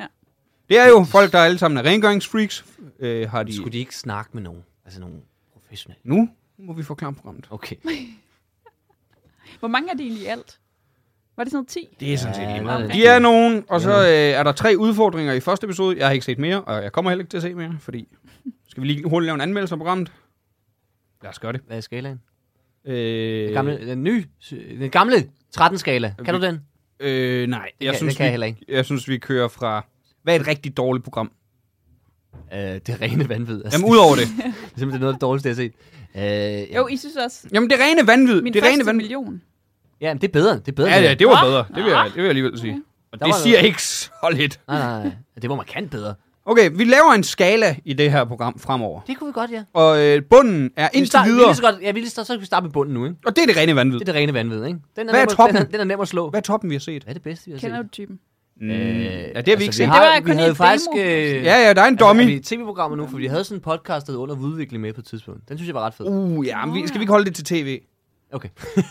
Speaker 1: Det er jo folk, der alle sammen er rengøringsfreaks. Øh, har de...
Speaker 3: Skulle de ikke snakke med nogen? Altså nogen professionelle?
Speaker 1: Nu må vi forklare programmet.
Speaker 3: Okay.
Speaker 4: Hvor mange er det egentlig i alt? Var det sådan noget 10?
Speaker 1: Det er sådan set
Speaker 3: Ja,
Speaker 1: lige
Speaker 4: det
Speaker 1: meget.
Speaker 4: er
Speaker 1: De er
Speaker 3: rigtigt.
Speaker 1: nogen, og så
Speaker 3: Ja.
Speaker 1: øh, er der tre udfordringer i første episode. Jeg har ikke set mere, og jeg kommer heller ikke til at se mere, fordi... Skal vi lige hurtigt lave en anmeldelse af programmet? Lad os gøre det.
Speaker 3: Hvad er skalaen? Den,
Speaker 1: Øh,
Speaker 3: gamle, den nye, den gamle 13-skala. Kan du den?
Speaker 1: Øh, nej, jeg,
Speaker 3: kan-
Speaker 1: synes,
Speaker 3: det kan jeg
Speaker 1: vi,
Speaker 3: heller ikke.
Speaker 1: jeg synes, vi kører fra... Hvad er et rigtig dårligt program?
Speaker 3: Øh, det er rene vanvid. Altså,
Speaker 1: Jamen, ud over det.
Speaker 3: det er simpelthen noget af det dårligste, jeg har set. Øh, ja.
Speaker 4: Jo, I synes også,
Speaker 1: Jamen, det er rene vanvid.
Speaker 4: min
Speaker 1: det er rene
Speaker 4: første
Speaker 1: vanvid.
Speaker 4: million.
Speaker 3: ja, men det er bedre. Det er bedre.
Speaker 1: Ja,
Speaker 3: end
Speaker 1: ja,
Speaker 3: det.
Speaker 1: det var
Speaker 4: Nå.
Speaker 1: bedre. Det vil jeg, det vil jeg alligevel sige. Og
Speaker 3: Der
Speaker 1: det
Speaker 3: var
Speaker 1: siger ikke så lidt.
Speaker 3: Nej, nej, nej. Det var markant bedre.
Speaker 1: Okay, vi laver en skala i det her program fremover.
Speaker 3: Det kunne vi godt, ja.
Speaker 1: Og øh, bunden er
Speaker 3: Vi
Speaker 1: indtil
Speaker 3: starter- Vi
Speaker 1: videre...
Speaker 3: lige så godt, ja, vi lige så, så kan vi starte med bunden nu, ikke?
Speaker 1: Og det er det rene vanvid.
Speaker 3: Det er det rene vanvid, ikke? Den er
Speaker 1: Hvad er
Speaker 3: nem at-
Speaker 1: toppen?
Speaker 3: Den er, den er nem at slå.
Speaker 1: Hvad er toppen, vi har set?
Speaker 3: Hvad er det bedste, vi har
Speaker 4: Kender
Speaker 3: set? altså,
Speaker 4: du typen?
Speaker 1: Mm. Øh, ja, det har vi ikke set.
Speaker 4: har- Det var kun
Speaker 3: vi havde
Speaker 4: en
Speaker 3: faktisk,
Speaker 4: demo.
Speaker 1: Ja, ja, der er en dummy.
Speaker 3: Altså, er vi tv-programmer nu, for vi havde sådan en podcast, der hedder under udvikling med på et tidspunkt. Den synes jeg var ret fed.
Speaker 1: Uh, ja, men vi, skal vi ikke holde det til tv?
Speaker 3: Okay.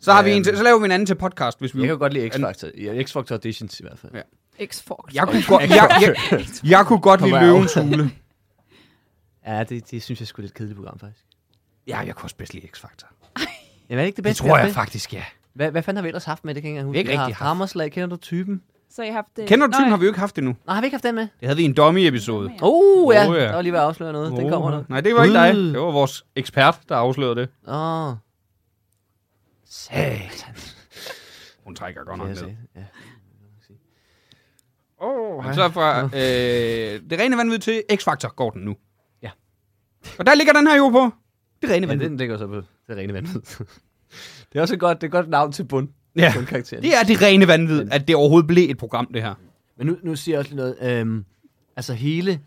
Speaker 1: Så, har vi
Speaker 3: Øhm.
Speaker 1: en til, så laver vi en anden til podcast, hvis vi...
Speaker 3: Jeg kan godt lide X-Factor. Ja, X-Factor Auditions i hvert fald.
Speaker 1: Ja.
Speaker 4: X-Force.
Speaker 1: Jeg kunne, godt, jeg, jeg, jeg kunne godt lide
Speaker 3: Kommer jeg
Speaker 1: løvens hule.
Speaker 3: Ja, det, det synes jeg skulle lidt kedeligt program, faktisk.
Speaker 1: Ja, jeg kunne også bedst lide X-Factor.
Speaker 3: Jamen, er det ikke det
Speaker 1: Det
Speaker 3: bedste?
Speaker 1: tror jeg faktisk, ja.
Speaker 3: Hvad, hvad fanden har vi ellers haft med det? Kan jeg ikke engang
Speaker 1: Vi har
Speaker 3: huske.
Speaker 1: ikke
Speaker 3: Vi har
Speaker 1: rigtig
Speaker 3: haft
Speaker 1: haft-
Speaker 3: Hammerslag, kender du typen?
Speaker 4: Så jeg har haft... øh,
Speaker 1: Kender du
Speaker 4: Nå,
Speaker 1: typen,
Speaker 4: ja.
Speaker 1: har vi jo ikke haft endnu.
Speaker 3: Nej, har vi ikke haft den med?
Speaker 1: Det havde vi i en dummy-episode.
Speaker 3: Uh, ja.
Speaker 1: Åh, ja.
Speaker 3: Der var lige ved at afsløre noget. Den kommer der.
Speaker 1: Nej, det var ikke dig.
Speaker 3: Uh.
Speaker 1: Det var vores ekspert, der afslørede det.
Speaker 3: Åh. Satan.
Speaker 1: Hun trækker godt
Speaker 3: Det
Speaker 1: nok
Speaker 3: jeg
Speaker 1: ned.
Speaker 3: sagde. Ja.
Speaker 1: Oh, så fra øh, det rene vanvid til X-Factor går den nu.
Speaker 3: Ja.
Speaker 1: Og der ligger den her jo på. Det rene
Speaker 3: Ja,
Speaker 1: vanvid.
Speaker 3: den ligger så på det rene vanvid. det er også et godt, det er et godt navn til bund.
Speaker 1: Ja.
Speaker 3: Bundkarakteren.
Speaker 1: Det er det rene vanvid, at det overhovedet blev et program, det her.
Speaker 3: Men nu, nu siger jeg også lige noget. Øhm, altså hele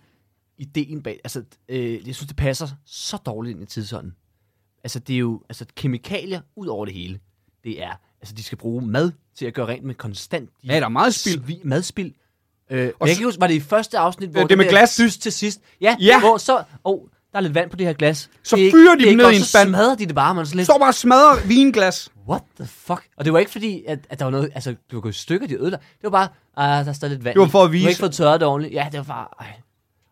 Speaker 3: ideen bag... Altså, øh, jeg synes, det passer så dårligt ind i tidsånden. Altså, det er jo altså, kemikalier ud over det hele. Det er... Altså, de skal bruge mad til at gøre rent med konstant...
Speaker 1: Ja, der er meget spild.
Speaker 3: Svi, madspild. Øh, og
Speaker 1: Og
Speaker 3: jeg
Speaker 1: så-
Speaker 3: kan huske, var det i første afsnit, hvor
Speaker 1: Øh, det med
Speaker 3: der
Speaker 1: glas.
Speaker 3: dyst til sidst? Ja,
Speaker 1: Ja.
Speaker 3: hvor så... Åh, oh, der er lidt vand på det her glas.
Speaker 1: Så
Speaker 3: Det er ikke-
Speaker 1: fyrer de
Speaker 3: det er
Speaker 1: dem
Speaker 3: ikke
Speaker 1: ned
Speaker 3: godt,
Speaker 1: i en
Speaker 3: så
Speaker 1: spand.
Speaker 3: smadrer de det bare, man er sådan lidt...
Speaker 1: Står bare og smadrer vinglas.
Speaker 3: What the fuck? Og det var ikke fordi, at, at der var noget, altså, du var gået i stykker, de ødelagde. Det var bare, ah, der er stadig lidt vand.
Speaker 1: Det var for at
Speaker 3: i. Du
Speaker 1: vise-
Speaker 3: har ikke fået tørret det ordentligt. Ja, det var bare, ej.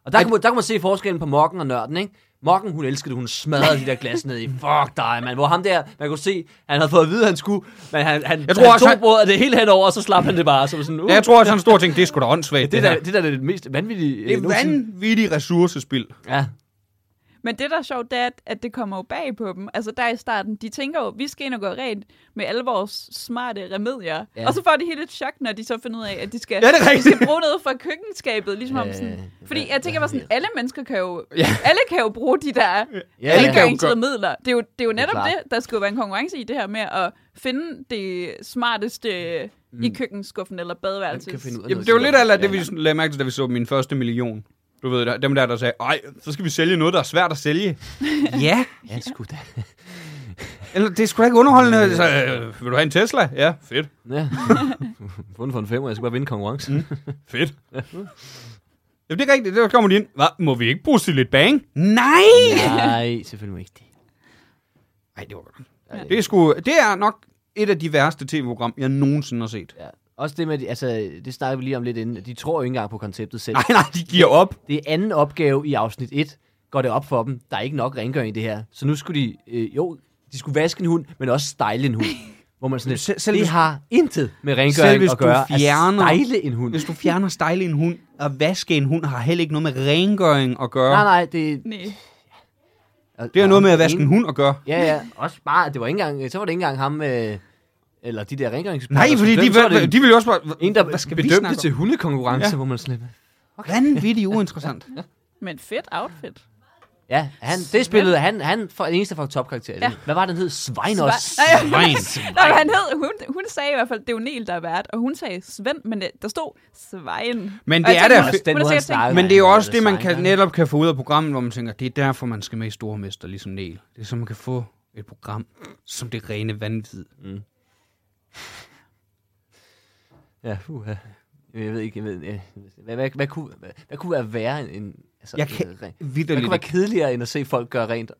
Speaker 3: Og der, kan man, der kan man se forskellen på Mokken og Nørden, ikke? Mokken, hun elskede det, hun smadrede de der glas ned i. Fuck dig, mand. Hvor ham der, man kunne se, han havde fået at vide, at han skulle, men han, han,
Speaker 1: Jeg
Speaker 3: jeg
Speaker 1: tror
Speaker 3: tror, han
Speaker 1: også,
Speaker 3: tog
Speaker 1: han-
Speaker 3: han... bordet det hele henover, og så slap han det bare. Så var sådan, uh,
Speaker 1: Ja, jeg tror også, han stor ting, det er sgu da åndssvagt.
Speaker 3: det,
Speaker 1: her.
Speaker 3: der, det der er det mest vanvittige.
Speaker 1: det
Speaker 3: øh,
Speaker 1: er
Speaker 3: nogensinde.
Speaker 1: vanvittig ressourcespild.
Speaker 3: Ja,
Speaker 4: Men det, der er sjovt, det er, at- at det kommer jo bag på dem. Altså der i starten, de tænker jo, vi skal ind og gå rent med alle vores smarte remedier.
Speaker 3: Ja.
Speaker 4: Ja. Og så får de helt et chok, når de så finder ud af, at de skal,
Speaker 1: Ja, det er
Speaker 4: de
Speaker 1: rigtigt.
Speaker 4: skal bruge noget fra køkkenskabet. Ligesom om sådan. Fordi jeg tænker bare sådan, alle mennesker kan jo,
Speaker 1: Ja.
Speaker 4: ja. alle kan jo bruge de der
Speaker 3: ja,
Speaker 1: Alle
Speaker 3: ja.
Speaker 1: kan jo gøre-
Speaker 4: remedier. Det er jo, det er jo netop det,
Speaker 3: klart.
Speaker 4: der skulle være en konkurrence i det her med at finde det smarteste mm. i køkkenskuffen eller
Speaker 3: Hvem kan
Speaker 4: badeværelset.
Speaker 3: finde ud af
Speaker 1: Jamen,
Speaker 3: noget
Speaker 1: det var
Speaker 3: til
Speaker 1: lidt af
Speaker 3: Ja.
Speaker 1: det, vi sådan lagde mærke til, da vi så min første million. Du ved, der, dem der, der sagde, ej, så skal vi sælge noget, der er svært at sælge. ja.
Speaker 3: Ja, sgu da.
Speaker 1: Eller, det er sgu da ikke underholdende. Så, øh, vil du have en Tesla? Ja, fedt.
Speaker 3: Ja. Mm. Fundet for en femmer, jeg skal bare vinde konkurrencen.
Speaker 1: Fedt. Jamen, det er rigtigt. Der kommer de ind. Hvad? Må vi ikke bruge lidt bang? Nej!
Speaker 3: Nej, selvfølgelig ikke det.
Speaker 1: Nej, det var godt. Det er, sgu, det er nok et af de værste tv-program, jeg nogensinde har set.
Speaker 3: Ja. Også det med, at de- altså, det snakker vi lige om lidt inden, at de tror jo ikke engang på konceptet selv.
Speaker 1: Nej, nej, de giver op.
Speaker 3: Det er anden opgave i afsnit 1, går det op for dem, der er ikke nok rengøring i det her. Så nu skulle de, øh, jo, de skulle vaske en hund, men også stejle en hund. Hvor man sådan,
Speaker 1: Selv-
Speaker 3: selv,
Speaker 1: selv
Speaker 3: det
Speaker 1: hvis-
Speaker 3: har intet med
Speaker 1: Selv
Speaker 3: rengøring
Speaker 1: hvis
Speaker 3: at gøre,
Speaker 1: du fjerner-
Speaker 3: at stejle en hund.
Speaker 1: Hvis du fjerner stejle en hund og vaske en hund, har heller ikke noget med rengøring at gøre.
Speaker 3: Nej, nej, det...
Speaker 4: Nej.
Speaker 1: Det har noget med at vaske en hund at gøre.
Speaker 3: Ja, ja, også bare, det var ikke engang, så var det ikke engang ham, øh, eller de der rengøringseksperter.
Speaker 1: Nej,
Speaker 3: som
Speaker 1: fordi de,
Speaker 3: dømte, så var
Speaker 1: de,
Speaker 3: det
Speaker 1: de vil jo også bare...
Speaker 3: en, der
Speaker 1: hvad skal vi
Speaker 3: bedømte
Speaker 1: snakke om?
Speaker 3: til hundekonkurrence,
Speaker 1: Ja.
Speaker 3: ja. hvor man sådan, lidt,
Speaker 1: Vanvittigt uinteressant.
Speaker 4: Men fedt outfit.
Speaker 3: Ja, han, det spillede han, han for den eneste fra topkarakter. Ja.
Speaker 4: Ja.
Speaker 3: Hvad var den hed? Svejnos.
Speaker 4: Svej-
Speaker 1: Svejn.
Speaker 4: Nej, men han hed, hun, hun sagde i hvert fald, det er jo Niel, der er vært, og hun sagde Svend, men det, der stod Svejen.
Speaker 1: Men
Speaker 4: Og
Speaker 1: det
Speaker 4: jeg
Speaker 1: er
Speaker 4: tænkte,
Speaker 1: da-
Speaker 4: hun-
Speaker 1: Også
Speaker 3: den
Speaker 4: hun
Speaker 3: måde,
Speaker 4: har
Speaker 3: han
Speaker 4: sikkert
Speaker 3: snakkede.
Speaker 4: tænkt,
Speaker 1: Men det er jo
Speaker 3: Nej,
Speaker 1: også
Speaker 3: det er
Speaker 1: det, man
Speaker 3: sejt,
Speaker 1: kan,
Speaker 3: ja.
Speaker 1: netop kan få ud af programmet, hvor man tænker, det er derfor, man skal med i Stormester, ligesom Niel. Det er så, man kan få et program som det rene vanvid.
Speaker 3: Ja, uha. Jeg ved ikke, jeg ved, jeg, hvad, hvad, hvad, kunne, hvad, hvad kunne være værre end... end altså,
Speaker 1: Jeg
Speaker 3: øh,
Speaker 1: kan
Speaker 3: rent- hvad kunne
Speaker 1: vidderligt
Speaker 3: være
Speaker 1: ikke,
Speaker 3: kedeligere end at se folk gøre rent?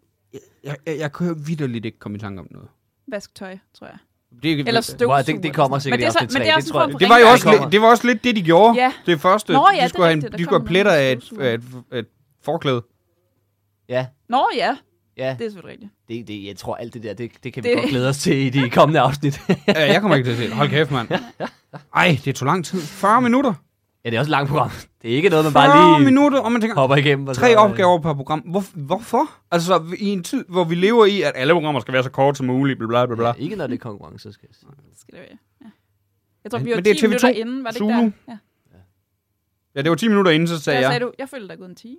Speaker 1: jeg, jeg, jeg kan vidderligt ikke komme i tanke om noget.
Speaker 4: Vasktøj, tror jeg.
Speaker 1: Det, er-
Speaker 4: Eller
Speaker 1: det,
Speaker 4: støvsuger.
Speaker 3: Wow, det, det kommer sikkert
Speaker 4: men det er,
Speaker 3: i
Speaker 4: så,
Speaker 3: afsnit
Speaker 4: men
Speaker 3: tre,
Speaker 4: det er også en
Speaker 3: tror jeg.
Speaker 4: form for
Speaker 1: det var jo
Speaker 4: rengøring.
Speaker 1: også lidt,
Speaker 3: kommer.
Speaker 1: det var også lidt det, de gjorde.
Speaker 4: Ja.
Speaker 1: Det første,
Speaker 4: Nå, ja, det
Speaker 1: de
Speaker 4: er
Speaker 1: skulle have, en-
Speaker 4: rigtigt, der
Speaker 1: de skulle have
Speaker 4: kommer
Speaker 1: pletter
Speaker 4: nogle
Speaker 1: af et,
Speaker 4: støvsuger.
Speaker 1: af et, af et forklæde.
Speaker 3: Ja,
Speaker 4: Nå ja,
Speaker 3: ja.
Speaker 4: det er selvfølgelig rigtigt.
Speaker 3: Det, det, jeg tror, alt det der, det, det kan vi
Speaker 4: Det-
Speaker 3: godt glæde os til i de kommende afsnit.
Speaker 1: Ja, jeg kommer ikke til at se det. Hold kæft, mand. Ej, det tog lang tid. 40 minutter.
Speaker 3: ja, det er også et langt program. Det er ikke noget, man
Speaker 1: 40
Speaker 3: bare lige
Speaker 1: minutter, og man tænker,
Speaker 3: hopper igennem. og så- øh,
Speaker 1: Tre opgaver per program. Hvor, hvorfor? Altså, i en tid, hvor vi lever i, at alle programmer skal være så korte som muligt, bla bla bla bla.
Speaker 3: Ja, ikke når det er konkurrence, skal jeg sige.
Speaker 4: Det Skal det være. Ja. Jeg tror,
Speaker 1: Men-
Speaker 4: vi var
Speaker 1: men det er
Speaker 4: 10 minutter
Speaker 1: TV2
Speaker 4: inden, var det
Speaker 1: Zulu.
Speaker 4: ikke der? Ja.
Speaker 1: Ja, det var 10 minutter inden, så
Speaker 4: Der
Speaker 1: sagde jeg.
Speaker 4: sagde du, jeg følte, der er gået en time.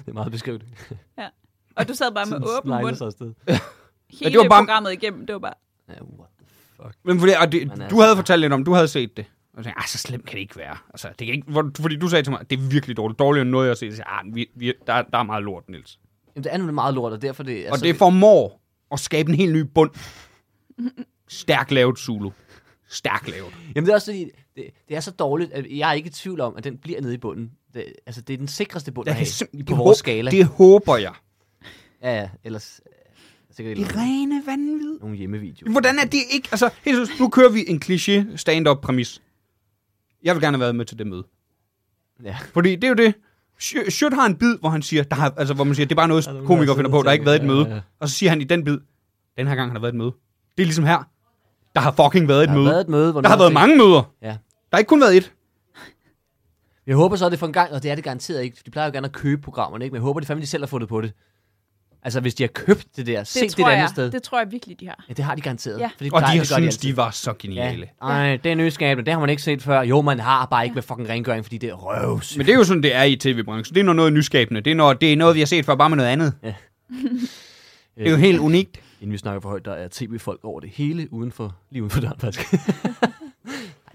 Speaker 3: Det er meget beskrevet.
Speaker 4: Og du sad bare med åben mund
Speaker 3: afsted.
Speaker 1: det var
Speaker 4: hele
Speaker 1: bare-
Speaker 4: programmet igennem. Det var bare,
Speaker 3: Ja, what the fuck.
Speaker 1: Men fordi, og det,
Speaker 3: Men altså-
Speaker 1: du havde fortalt lidt om, du havde set det. Og jeg tænkte, ah, så slemt kan det ikke være. Altså, det kan ikke, hvor, fordi du sagde til mig, det er virkelig dårligt. Dårligere end noget, jeg har set. Jeg sagde, ah, vi, vi, der, er- der er meget lort, Niels. Altså,
Speaker 3: Jamen, det er nemlig meget lort, og derfor det...
Speaker 1: og det formår at skabe en helt ny bund. Stærkt lavet Zulu. stærkt lavet.
Speaker 3: Jamen det er også fordi, det, det er så dårligt, at jeg er ikke i tvivl om, at den bliver nede i bunden. Det, altså, det er den sikreste bund, at have på vores skala.
Speaker 1: Det håber jeg.
Speaker 3: Ja, ja, ellers... øh, Sikkert
Speaker 1: Det
Speaker 3: ikke
Speaker 1: er rene vanvid.
Speaker 3: nogle hjemmevideoer.
Speaker 1: Hvordan er det ikke? Altså, helt seriøst, nu kører vi en kliché stand-up præmis. Jeg vil gerne have været med til det møde.
Speaker 3: Ja.
Speaker 1: Fordi det er jo det. Sch- Schødt har en bid, hvor han siger, der har, altså, hvor man siger, det er bare noget, komikere finder på, der har ikke været et møde.
Speaker 3: Ja, ja.
Speaker 1: Og så siger han i den bid, den her gang har der været et møde. Det er ligesom her. Der har fucking været et
Speaker 3: Der har
Speaker 1: møde.
Speaker 3: været et møde, hvor
Speaker 1: der har
Speaker 3: nogen
Speaker 1: været
Speaker 3: fik-
Speaker 1: mange møder.
Speaker 3: Ja.
Speaker 1: Der har ikke kun været et.
Speaker 3: Jeg håber så, at det for en gang, og det er det garanteret ikke. De plejer jo gerne at købe programmerne, ikke? men jeg håber, at de fandme de selv har fundet på det. Altså, hvis de har købt det der, set det,
Speaker 4: tror
Speaker 3: et andet
Speaker 4: jeg,
Speaker 3: sted.
Speaker 4: Det tror jeg virkelig, de har.
Speaker 3: Ja, det har de garanteret.
Speaker 4: Ja.
Speaker 3: For det
Speaker 1: Og
Speaker 3: plejer-
Speaker 1: de har
Speaker 3: det gør
Speaker 1: syntes,
Speaker 3: altid.
Speaker 1: de var så geniale. Ja.
Speaker 3: Ja. Ej, det er nyskabende. Det har man ikke set før. Jo, man har bare ikke med fucking rengøring, fordi det er røvs.
Speaker 1: Men det er jo sådan, det er i tv-branchen. Det er når noget nyskabende. Det er, når, det er noget, vi har set før, bare med noget andet.
Speaker 3: Ja.
Speaker 1: det er jo helt unikt.
Speaker 3: Inden vi snakker for højt, der er tv-folk over det hele, uden for, lige uden for døren, faktisk. Ej,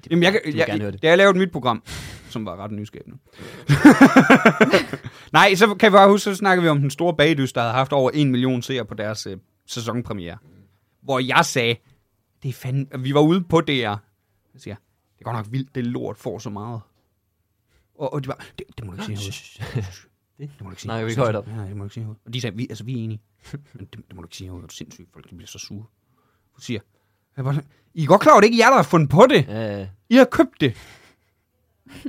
Speaker 3: det,
Speaker 1: Jamen, jeg,
Speaker 3: du
Speaker 1: jeg,
Speaker 3: vil
Speaker 1: jeg,
Speaker 3: gerne høre det.
Speaker 1: Da jeg lavede mit program, som var ret nyskabende. Nej, så kan jeg bare huske, så snakkede vi om den store bagdys, der havde haft over en million seere på deres øh, sæsonpremiere. Hvor jeg sagde, det er fandme... Vi var ude på DR. Jeg siger, det er godt nok vildt, det lort får så meget. Og, og de var, det, det må du ikke sige herude. Det, det må du ikke sige.
Speaker 3: snakker vi ikke
Speaker 1: Det er
Speaker 3: højt om.
Speaker 1: sindssygt. Nej, nej, det må du ikke sige herude. Og de sagde, vi, altså, vi er enige. Men det, det må du ikke sige herude, det er sindssygt, folk de bliver så sure. Hun siger, jeg er bare, sådan, I er godt klar over, det ikke er jer, der har fundet på det.
Speaker 3: Ja, ja.
Speaker 1: I har købt det.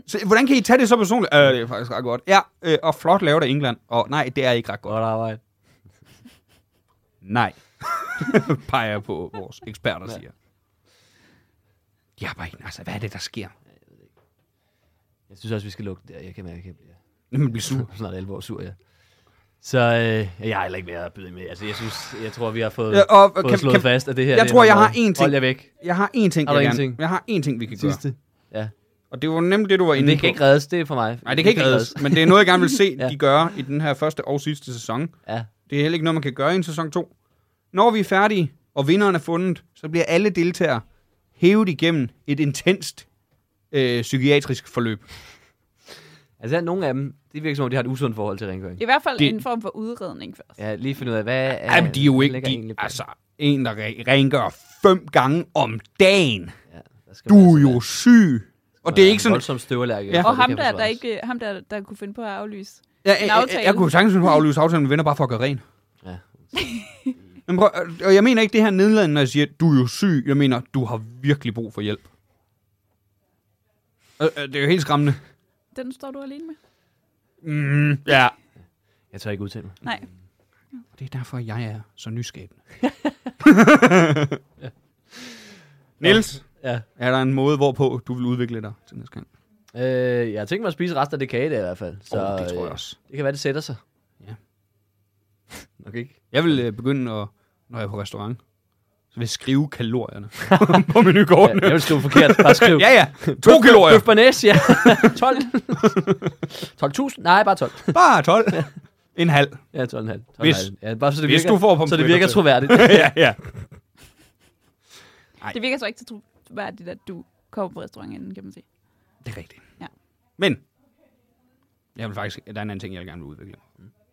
Speaker 1: Så, hvordan kan I tage det så personligt? Øh, det er faktisk ret godt. Ja, øh, og flot lavet af England. Og nej, det er ikke ret godt.
Speaker 3: godt arbejde.
Speaker 1: Nej. Peger jeg på vores eksperter siger. De har bare ikke, altså, hvad er det, der sker?
Speaker 3: Jeg synes også, vi skal lukke det der. Jeg kan mærke, at jeg bliver
Speaker 1: Når man bliver sur.
Speaker 3: snart alvor sur, ja. Så øh, jeg har heller ikke mere at byde ind med. Altså, jeg synes, jeg tror, vi har fået,
Speaker 1: Ja,
Speaker 3: ja,
Speaker 1: og
Speaker 3: og,
Speaker 1: kan-
Speaker 3: fået kan, slået
Speaker 1: kan-
Speaker 3: kan, fast, at det her...
Speaker 1: Jeg
Speaker 3: det
Speaker 1: tror,
Speaker 3: er
Speaker 1: jeg
Speaker 3: noget-
Speaker 1: har én ting.
Speaker 3: Hold jer væk.
Speaker 1: Jeg har én ting,
Speaker 3: Har du
Speaker 1: jeg
Speaker 3: en
Speaker 1: gerne...
Speaker 3: ting?
Speaker 1: Jeg har én ting, vi kan gøre.
Speaker 3: Sidste. Ja.
Speaker 1: Og det var nemlig det, du var
Speaker 3: Men
Speaker 1: inde
Speaker 3: det kan
Speaker 1: på.
Speaker 3: ikke reddes, det er for mig.
Speaker 1: Nej, det kan ikke reddes. Men det er noget, jeg gerne vil se,
Speaker 3: Ja.
Speaker 1: de gøre i den her første og sidste sæson.
Speaker 3: Ja.
Speaker 1: Det er heller ikke noget, man kan gøre i en sæson 2. Når vi er færdige, og vinderen er fundet, så bliver alle deltagere hævet igennem et intenst øh, psykiatrisk forløb.
Speaker 3: Altså, nogle af dem, det virker som om, de har et usundt forhold til rengøring.
Speaker 4: I hvert fald
Speaker 1: Det-
Speaker 4: en form for udredning først.
Speaker 3: Ja, lige finde ud af, hvad er...
Speaker 1: Ja, Jamen, de er jo
Speaker 3: hvad
Speaker 1: ikke...
Speaker 3: ligger
Speaker 1: De,
Speaker 3: egentlig bag?
Speaker 1: altså, en, der re- rengør fem gange om dagen.
Speaker 3: Ja, der skal
Speaker 1: Du
Speaker 3: man
Speaker 1: er
Speaker 3: altså
Speaker 1: jo
Speaker 3: være-
Speaker 1: syg. Og det er ikke sådan...
Speaker 3: Voldsom støvallergiker.
Speaker 1: Ja.
Speaker 3: Ja.
Speaker 4: Og ham der, der, ikke, ham der, der kunne finde på at aflyse.
Speaker 1: Ja, jeg, jeg, jeg,
Speaker 4: aftale.
Speaker 1: jeg kunne sagtens finde på at aflyse aftalen med venner bare for at gøre ren.
Speaker 3: Ja.
Speaker 1: Men prøv, og jeg mener ikke det her nedladende, når jeg siger, du er jo syg. Jeg mener, du har virkelig brug for hjælp. Øh, øh, Det er jo helt skræmmende.
Speaker 4: Den står du alene med?
Speaker 1: Mm, ja.
Speaker 3: Jeg tør ikke udtale mig.
Speaker 4: Nej.
Speaker 1: Det er derfor, jeg er så nyskabende. Niels,
Speaker 3: Ja.
Speaker 1: er der en måde, hvorpå du vil udvikle dig til næste gang?
Speaker 3: Øh, jeg har tænkt mig at spise resten af det kage der i hvert fald. Så,
Speaker 1: Så, oh, det tror jeg
Speaker 3: øh,
Speaker 1: også.
Speaker 3: Det kan være, det sætter sig.
Speaker 1: Ja.
Speaker 3: Nok ikke.
Speaker 1: Jeg vil øh, begynde, at, når jeg er på restaurant, så vil jeg skrive kalorierne på menukortene.
Speaker 3: Ja, jeg vil skrive forkert. Bare skriv.
Speaker 1: Ja, ja. To kalorier.
Speaker 3: Bøf Bernæs, ja. 12. 12.000? Nej, bare 12.
Speaker 1: Bare 12. En halv.
Speaker 3: Ja, 12,5. 12,5.
Speaker 1: Hvis-
Speaker 3: ja, bare så det
Speaker 1: hvis
Speaker 3: virker,
Speaker 1: du får pommes
Speaker 3: Så det
Speaker 1: frites
Speaker 3: virker
Speaker 1: til.
Speaker 3: troværdigt.
Speaker 1: ja, ja.
Speaker 4: Det virker så ikke til troværdigt, at du kommer på restauranten inden, kan man sige.
Speaker 1: Det er rigtigt.
Speaker 4: Ja.
Speaker 1: Men, jeg vil faktisk, der er en anden ting, jeg vil gerne vil udvikle.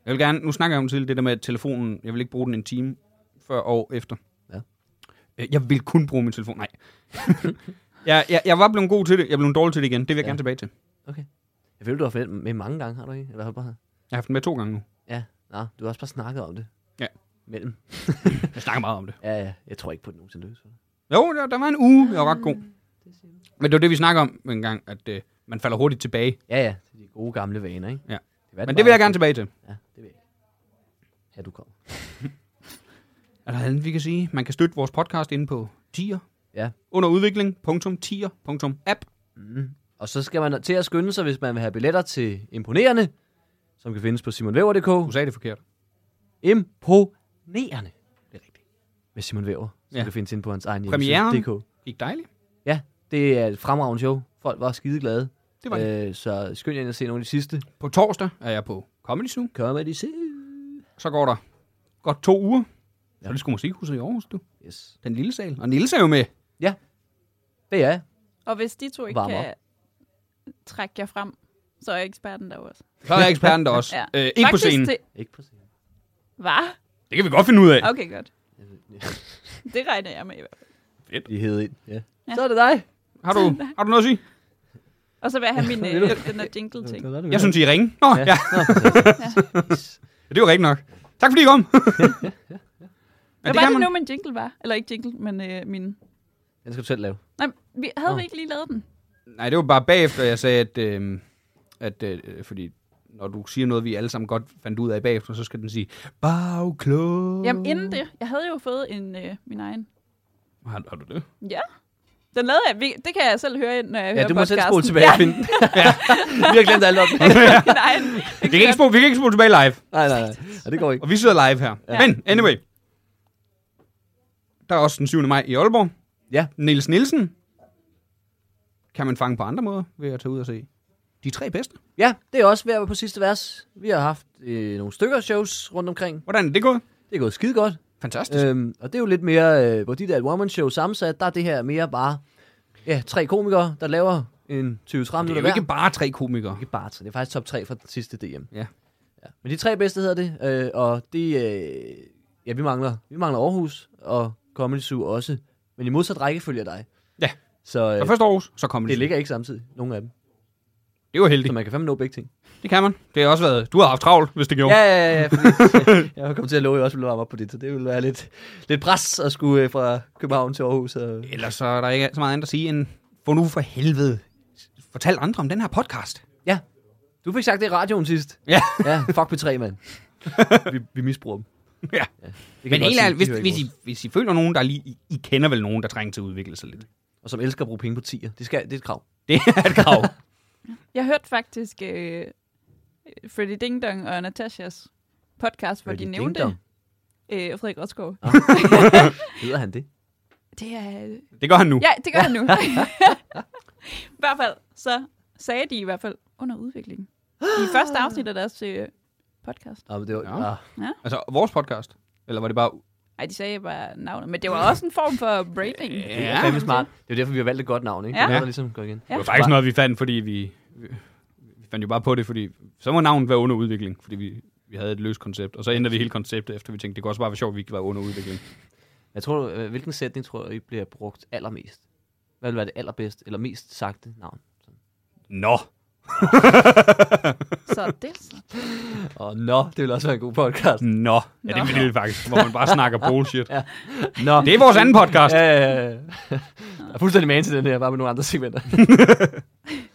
Speaker 1: Jeg vil gerne, nu snakker jeg om til det der med telefonen, jeg vil ikke bruge den en time før og efter.
Speaker 3: Ja.
Speaker 1: Øh, Jeg vil kun bruge min telefon, nej. jeg, jeg, jeg var blevet god til det, jeg blev dårlig til det igen, det vil jeg
Speaker 3: Ja.
Speaker 1: ja. gerne tilbage til.
Speaker 3: Jeg ved, du har haft den med mange gange, har du ikke? Eller har du bare...
Speaker 1: Jeg har haft den med to gange nu.
Speaker 3: Ja, nej, du har også bare snakket om det.
Speaker 1: Ja.
Speaker 3: Mellem.
Speaker 1: Jeg snakker meget om det.
Speaker 3: Ja, ja. Jeg tror ikke på, at det nogensinde løs.
Speaker 1: Jo, der, der var en uge, jeg var ret god. Men det var det, vi snakker om en gang, at øh, man falder hurtigt tilbage.
Speaker 3: Ja, ja. Det er de gode gamle vaner, ikke?
Speaker 1: Ja.
Speaker 3: Det var
Speaker 1: Men det vil jeg gerne tilbage til.
Speaker 3: Ja, det vil jeg. Ja, du kommer.
Speaker 1: Er der andet, vi kan sige? Man kan støtte vores podcast inde på tier.
Speaker 3: Ja.
Speaker 1: Under udvikling.tier.app.
Speaker 3: Og så skal man til at skynde sig, hvis man vil have billetter til Imponerende, som kan findes på
Speaker 1: Du
Speaker 3: simonvæver.dk.
Speaker 1: sagde det forkert.
Speaker 3: Imponerende. Det er rigtigt. Med Simon Væver, som
Speaker 1: Ja.
Speaker 3: ja. kan findes inde på hans egen
Speaker 1: Premieren.
Speaker 3: hjemmeside. DK.
Speaker 1: Gik dejligt.
Speaker 3: Ja, det er et fremragende show. Folk var skideglade.
Speaker 1: Det var det.
Speaker 3: øh, Så skynd jer ind og se nogle af de sidste.
Speaker 1: På torsdag er jeg på Comedy Zoo.
Speaker 3: Comedy Zoo.
Speaker 1: Så går der godt to uger. Ja. Så
Speaker 3: Ja.
Speaker 1: er det sgu musikhuset i Aarhus, du.
Speaker 3: Yes.
Speaker 1: Den lille sal. Og Nils er jo med.
Speaker 3: Det er jeg.
Speaker 4: Og hvis de to ikke
Speaker 3: Varm op.
Speaker 4: kan trække jer frem, så er eksperten der også.
Speaker 1: Så er eksperten der også.
Speaker 4: Ja.
Speaker 1: ja. øh, ikke på
Speaker 4: Faktisk
Speaker 1: scenen. Det...
Speaker 4: Det...
Speaker 3: Ikke på scenen.
Speaker 4: Hvad?
Speaker 1: det kan vi godt finde ud af.
Speaker 4: Okay, godt. Det regner jeg med i hvert fald.
Speaker 3: De hed ind. Ja.
Speaker 4: Ja.
Speaker 3: Så er det dig.
Speaker 1: Har du, har du noget at sige?
Speaker 4: Og så vil jeg have min,
Speaker 3: Vil du?
Speaker 4: øh, den der jingle-ting.
Speaker 1: Jeg synes, I er ringe. Nå, ja.
Speaker 3: Ja.
Speaker 1: ja. det var rigtigt nok. Tak fordi I kom. ja,
Speaker 4: Hvad var det nu, min jingle var? Eller ikke jingle, men øh, min...
Speaker 3: Den skal du selv lave.
Speaker 4: Nej, vi, havde
Speaker 3: Nå.
Speaker 4: vi ikke lige lavet den?
Speaker 1: Nej, det var bare bagefter, jeg sagde, at, øh, at øh, fordi når du siger noget, vi alle sammen godt fandt ud af bagefter, så skal den sige, bagklog.
Speaker 4: Jamen inden det, jeg havde jo fået en, øh, min egen.
Speaker 1: Har, har du det?
Speaker 4: Ja, den lavede jeg. Vi- Det kan jeg selv høre, når jeg hører
Speaker 3: Ja, du må selv
Speaker 4: podcasten.
Speaker 3: spole tilbage og
Speaker 4: Ja,
Speaker 3: finde den. Vi har glemt alt om den.
Speaker 4: min egen.
Speaker 1: Vi kan ikke spole, vi kan ikke spole tilbage live,
Speaker 3: Nej, nej, nej. Ja, det går ikke.
Speaker 1: og vi sidder live her.
Speaker 4: Ja.
Speaker 1: Ja. Men anyway, der er også den 7. maj i Aalborg.
Speaker 3: Ja.
Speaker 1: Niels Nielsen kan man fange på andre måder ved at tage ud og se de tre bedste.
Speaker 3: Ja, det er også ved at være på sidste vers. Vi har haft øh, nogle stykker shows rundt omkring.
Speaker 1: Hvordan er det gået? Øh,
Speaker 3: Det er gået skide godt.
Speaker 1: Fantastisk.
Speaker 3: Øhm, og det er jo lidt mere, øh, hvor de der one show sammensat, der er det her mere bare ja, tre komikere, der laver en 20-30 minutter
Speaker 1: det er jo
Speaker 3: hver.
Speaker 1: ikke bare tre komikere.
Speaker 3: ikke bare tre, det er faktisk top 3 fra den sidste DM.
Speaker 1: Ja.
Speaker 3: ja. Men de tre bedste hedder det, øh, og de, øh, ja, vi mangler, vi mangler Aarhus og Comedy Zoo også, men i modsat rækkefølge af dig.
Speaker 1: Ja.
Speaker 3: Så
Speaker 1: Så
Speaker 3: øh,
Speaker 1: først Aarhus, så kommer
Speaker 3: det ligger ikke samtidig, nogen af dem.
Speaker 1: Det var heldigt.
Speaker 3: Så man kan fandme nå begge ting.
Speaker 1: Det kan man. Det har også været... Du har haft travlt, hvis det gjorde.
Speaker 3: Ja, ja, ja, ja, fordi, jeg var kommet til at love, at jeg også ville varme op på det, så det ville være lidt, lidt pres at skulle øh, fra København til Aarhus. Og...
Speaker 1: Ellers så er der ikke så meget andet at sige end... For nu for helvede. Fortæl andre om den her podcast.
Speaker 3: Ja, du fik sagt det i radioen sidst.
Speaker 1: Ja.
Speaker 3: Ja, fuck P3, mand. vi, vi misbruger dem.
Speaker 1: ja.
Speaker 3: Det kan jeg
Speaker 1: Men
Speaker 3: godt
Speaker 1: helt
Speaker 3: sige,
Speaker 1: ærligt,
Speaker 3: de
Speaker 1: hvis,
Speaker 3: hører ikke
Speaker 1: hvis, I, hvis I føler nogen, der lige... I, I kender vel nogen, der trænger til at udvikle sig lidt.
Speaker 3: vores. Og som elsker at bruge penge på 10'er. Det, skal, det er et krav.
Speaker 1: Det er et krav.
Speaker 4: Jeg hørte faktisk øh, Freddy Ding Dong og Natashas podcast, hvor
Speaker 3: Freddy
Speaker 4: de
Speaker 3: Ding
Speaker 4: nævnte
Speaker 3: Dong.
Speaker 4: øh, Frederik Rosgaard.
Speaker 3: Hedder han det?
Speaker 4: Det er... øh,
Speaker 1: Det gør han nu.
Speaker 3: Uh.
Speaker 4: Ja, det gør jeg nu. I hvert fald, så sagde de i hvert fald under udviklingen. I første afsnit af deres øh, podcast.
Speaker 3: Ah, men det var,
Speaker 1: Ja.
Speaker 3: ja. ah,
Speaker 1: Altså, vores podcast. Eller var det bare...
Speaker 4: Nej, de sagde bare navnet, men det var også en form for branding.
Speaker 3: det
Speaker 1: Ja.
Speaker 3: er fandme smart. Det er jo derfor, vi har valgt et godt navn, ikke?
Speaker 4: Ja.
Speaker 3: Det er der ligesom går igen.
Speaker 1: Det var
Speaker 4: Ja.
Speaker 1: faktisk noget, vi fandt, fordi vi... vi- Vi fandt jo bare på det, fordi... Så må navnet være under udvikling, fordi vi vi havde et løst koncept, og så ændrede vi hele konceptet, efter vi tænkte, det kunne også bare være sjovt, at vi ikke var under udvikling.
Speaker 3: Jeg tror, du- øh, hvilken sætning tror du, I bliver brugt allermest? Hvad vil være det allerbedste eller mest sagte navn?
Speaker 1: Nå,
Speaker 4: Så det er sådan.
Speaker 3: Åh, oh, nå, det vil også være en god podcast.
Speaker 1: nå. Ja,
Speaker 4: Nå.
Speaker 1: det ville det faktisk, hvor man bare snakker bullshit.
Speaker 3: Nå.
Speaker 1: Det er vores anden podcast.
Speaker 3: Ja, ja, ja. Jeg er fuldstændig man til den her, bare med nogle andre segmenter.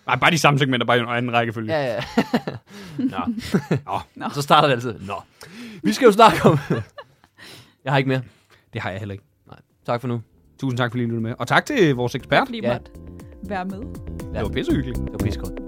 Speaker 1: Nej, bare de samme segmenter, bare i en anden rækkefølge.
Speaker 3: ja, ja.
Speaker 1: Nå.
Speaker 3: Så starter det altid. Nå. Vi skal jo snakke om... Jeg har ikke mere.
Speaker 1: Det har jeg heller ikke.
Speaker 3: Nej. Tak for nu.
Speaker 1: Tusind tak, fordi I lyttede med. Og tak til vores ekspert.
Speaker 4: Fordi
Speaker 3: Ja.
Speaker 4: ja. måtte være med.
Speaker 1: Det var pissehyggeligt.
Speaker 3: Det var pissegodt.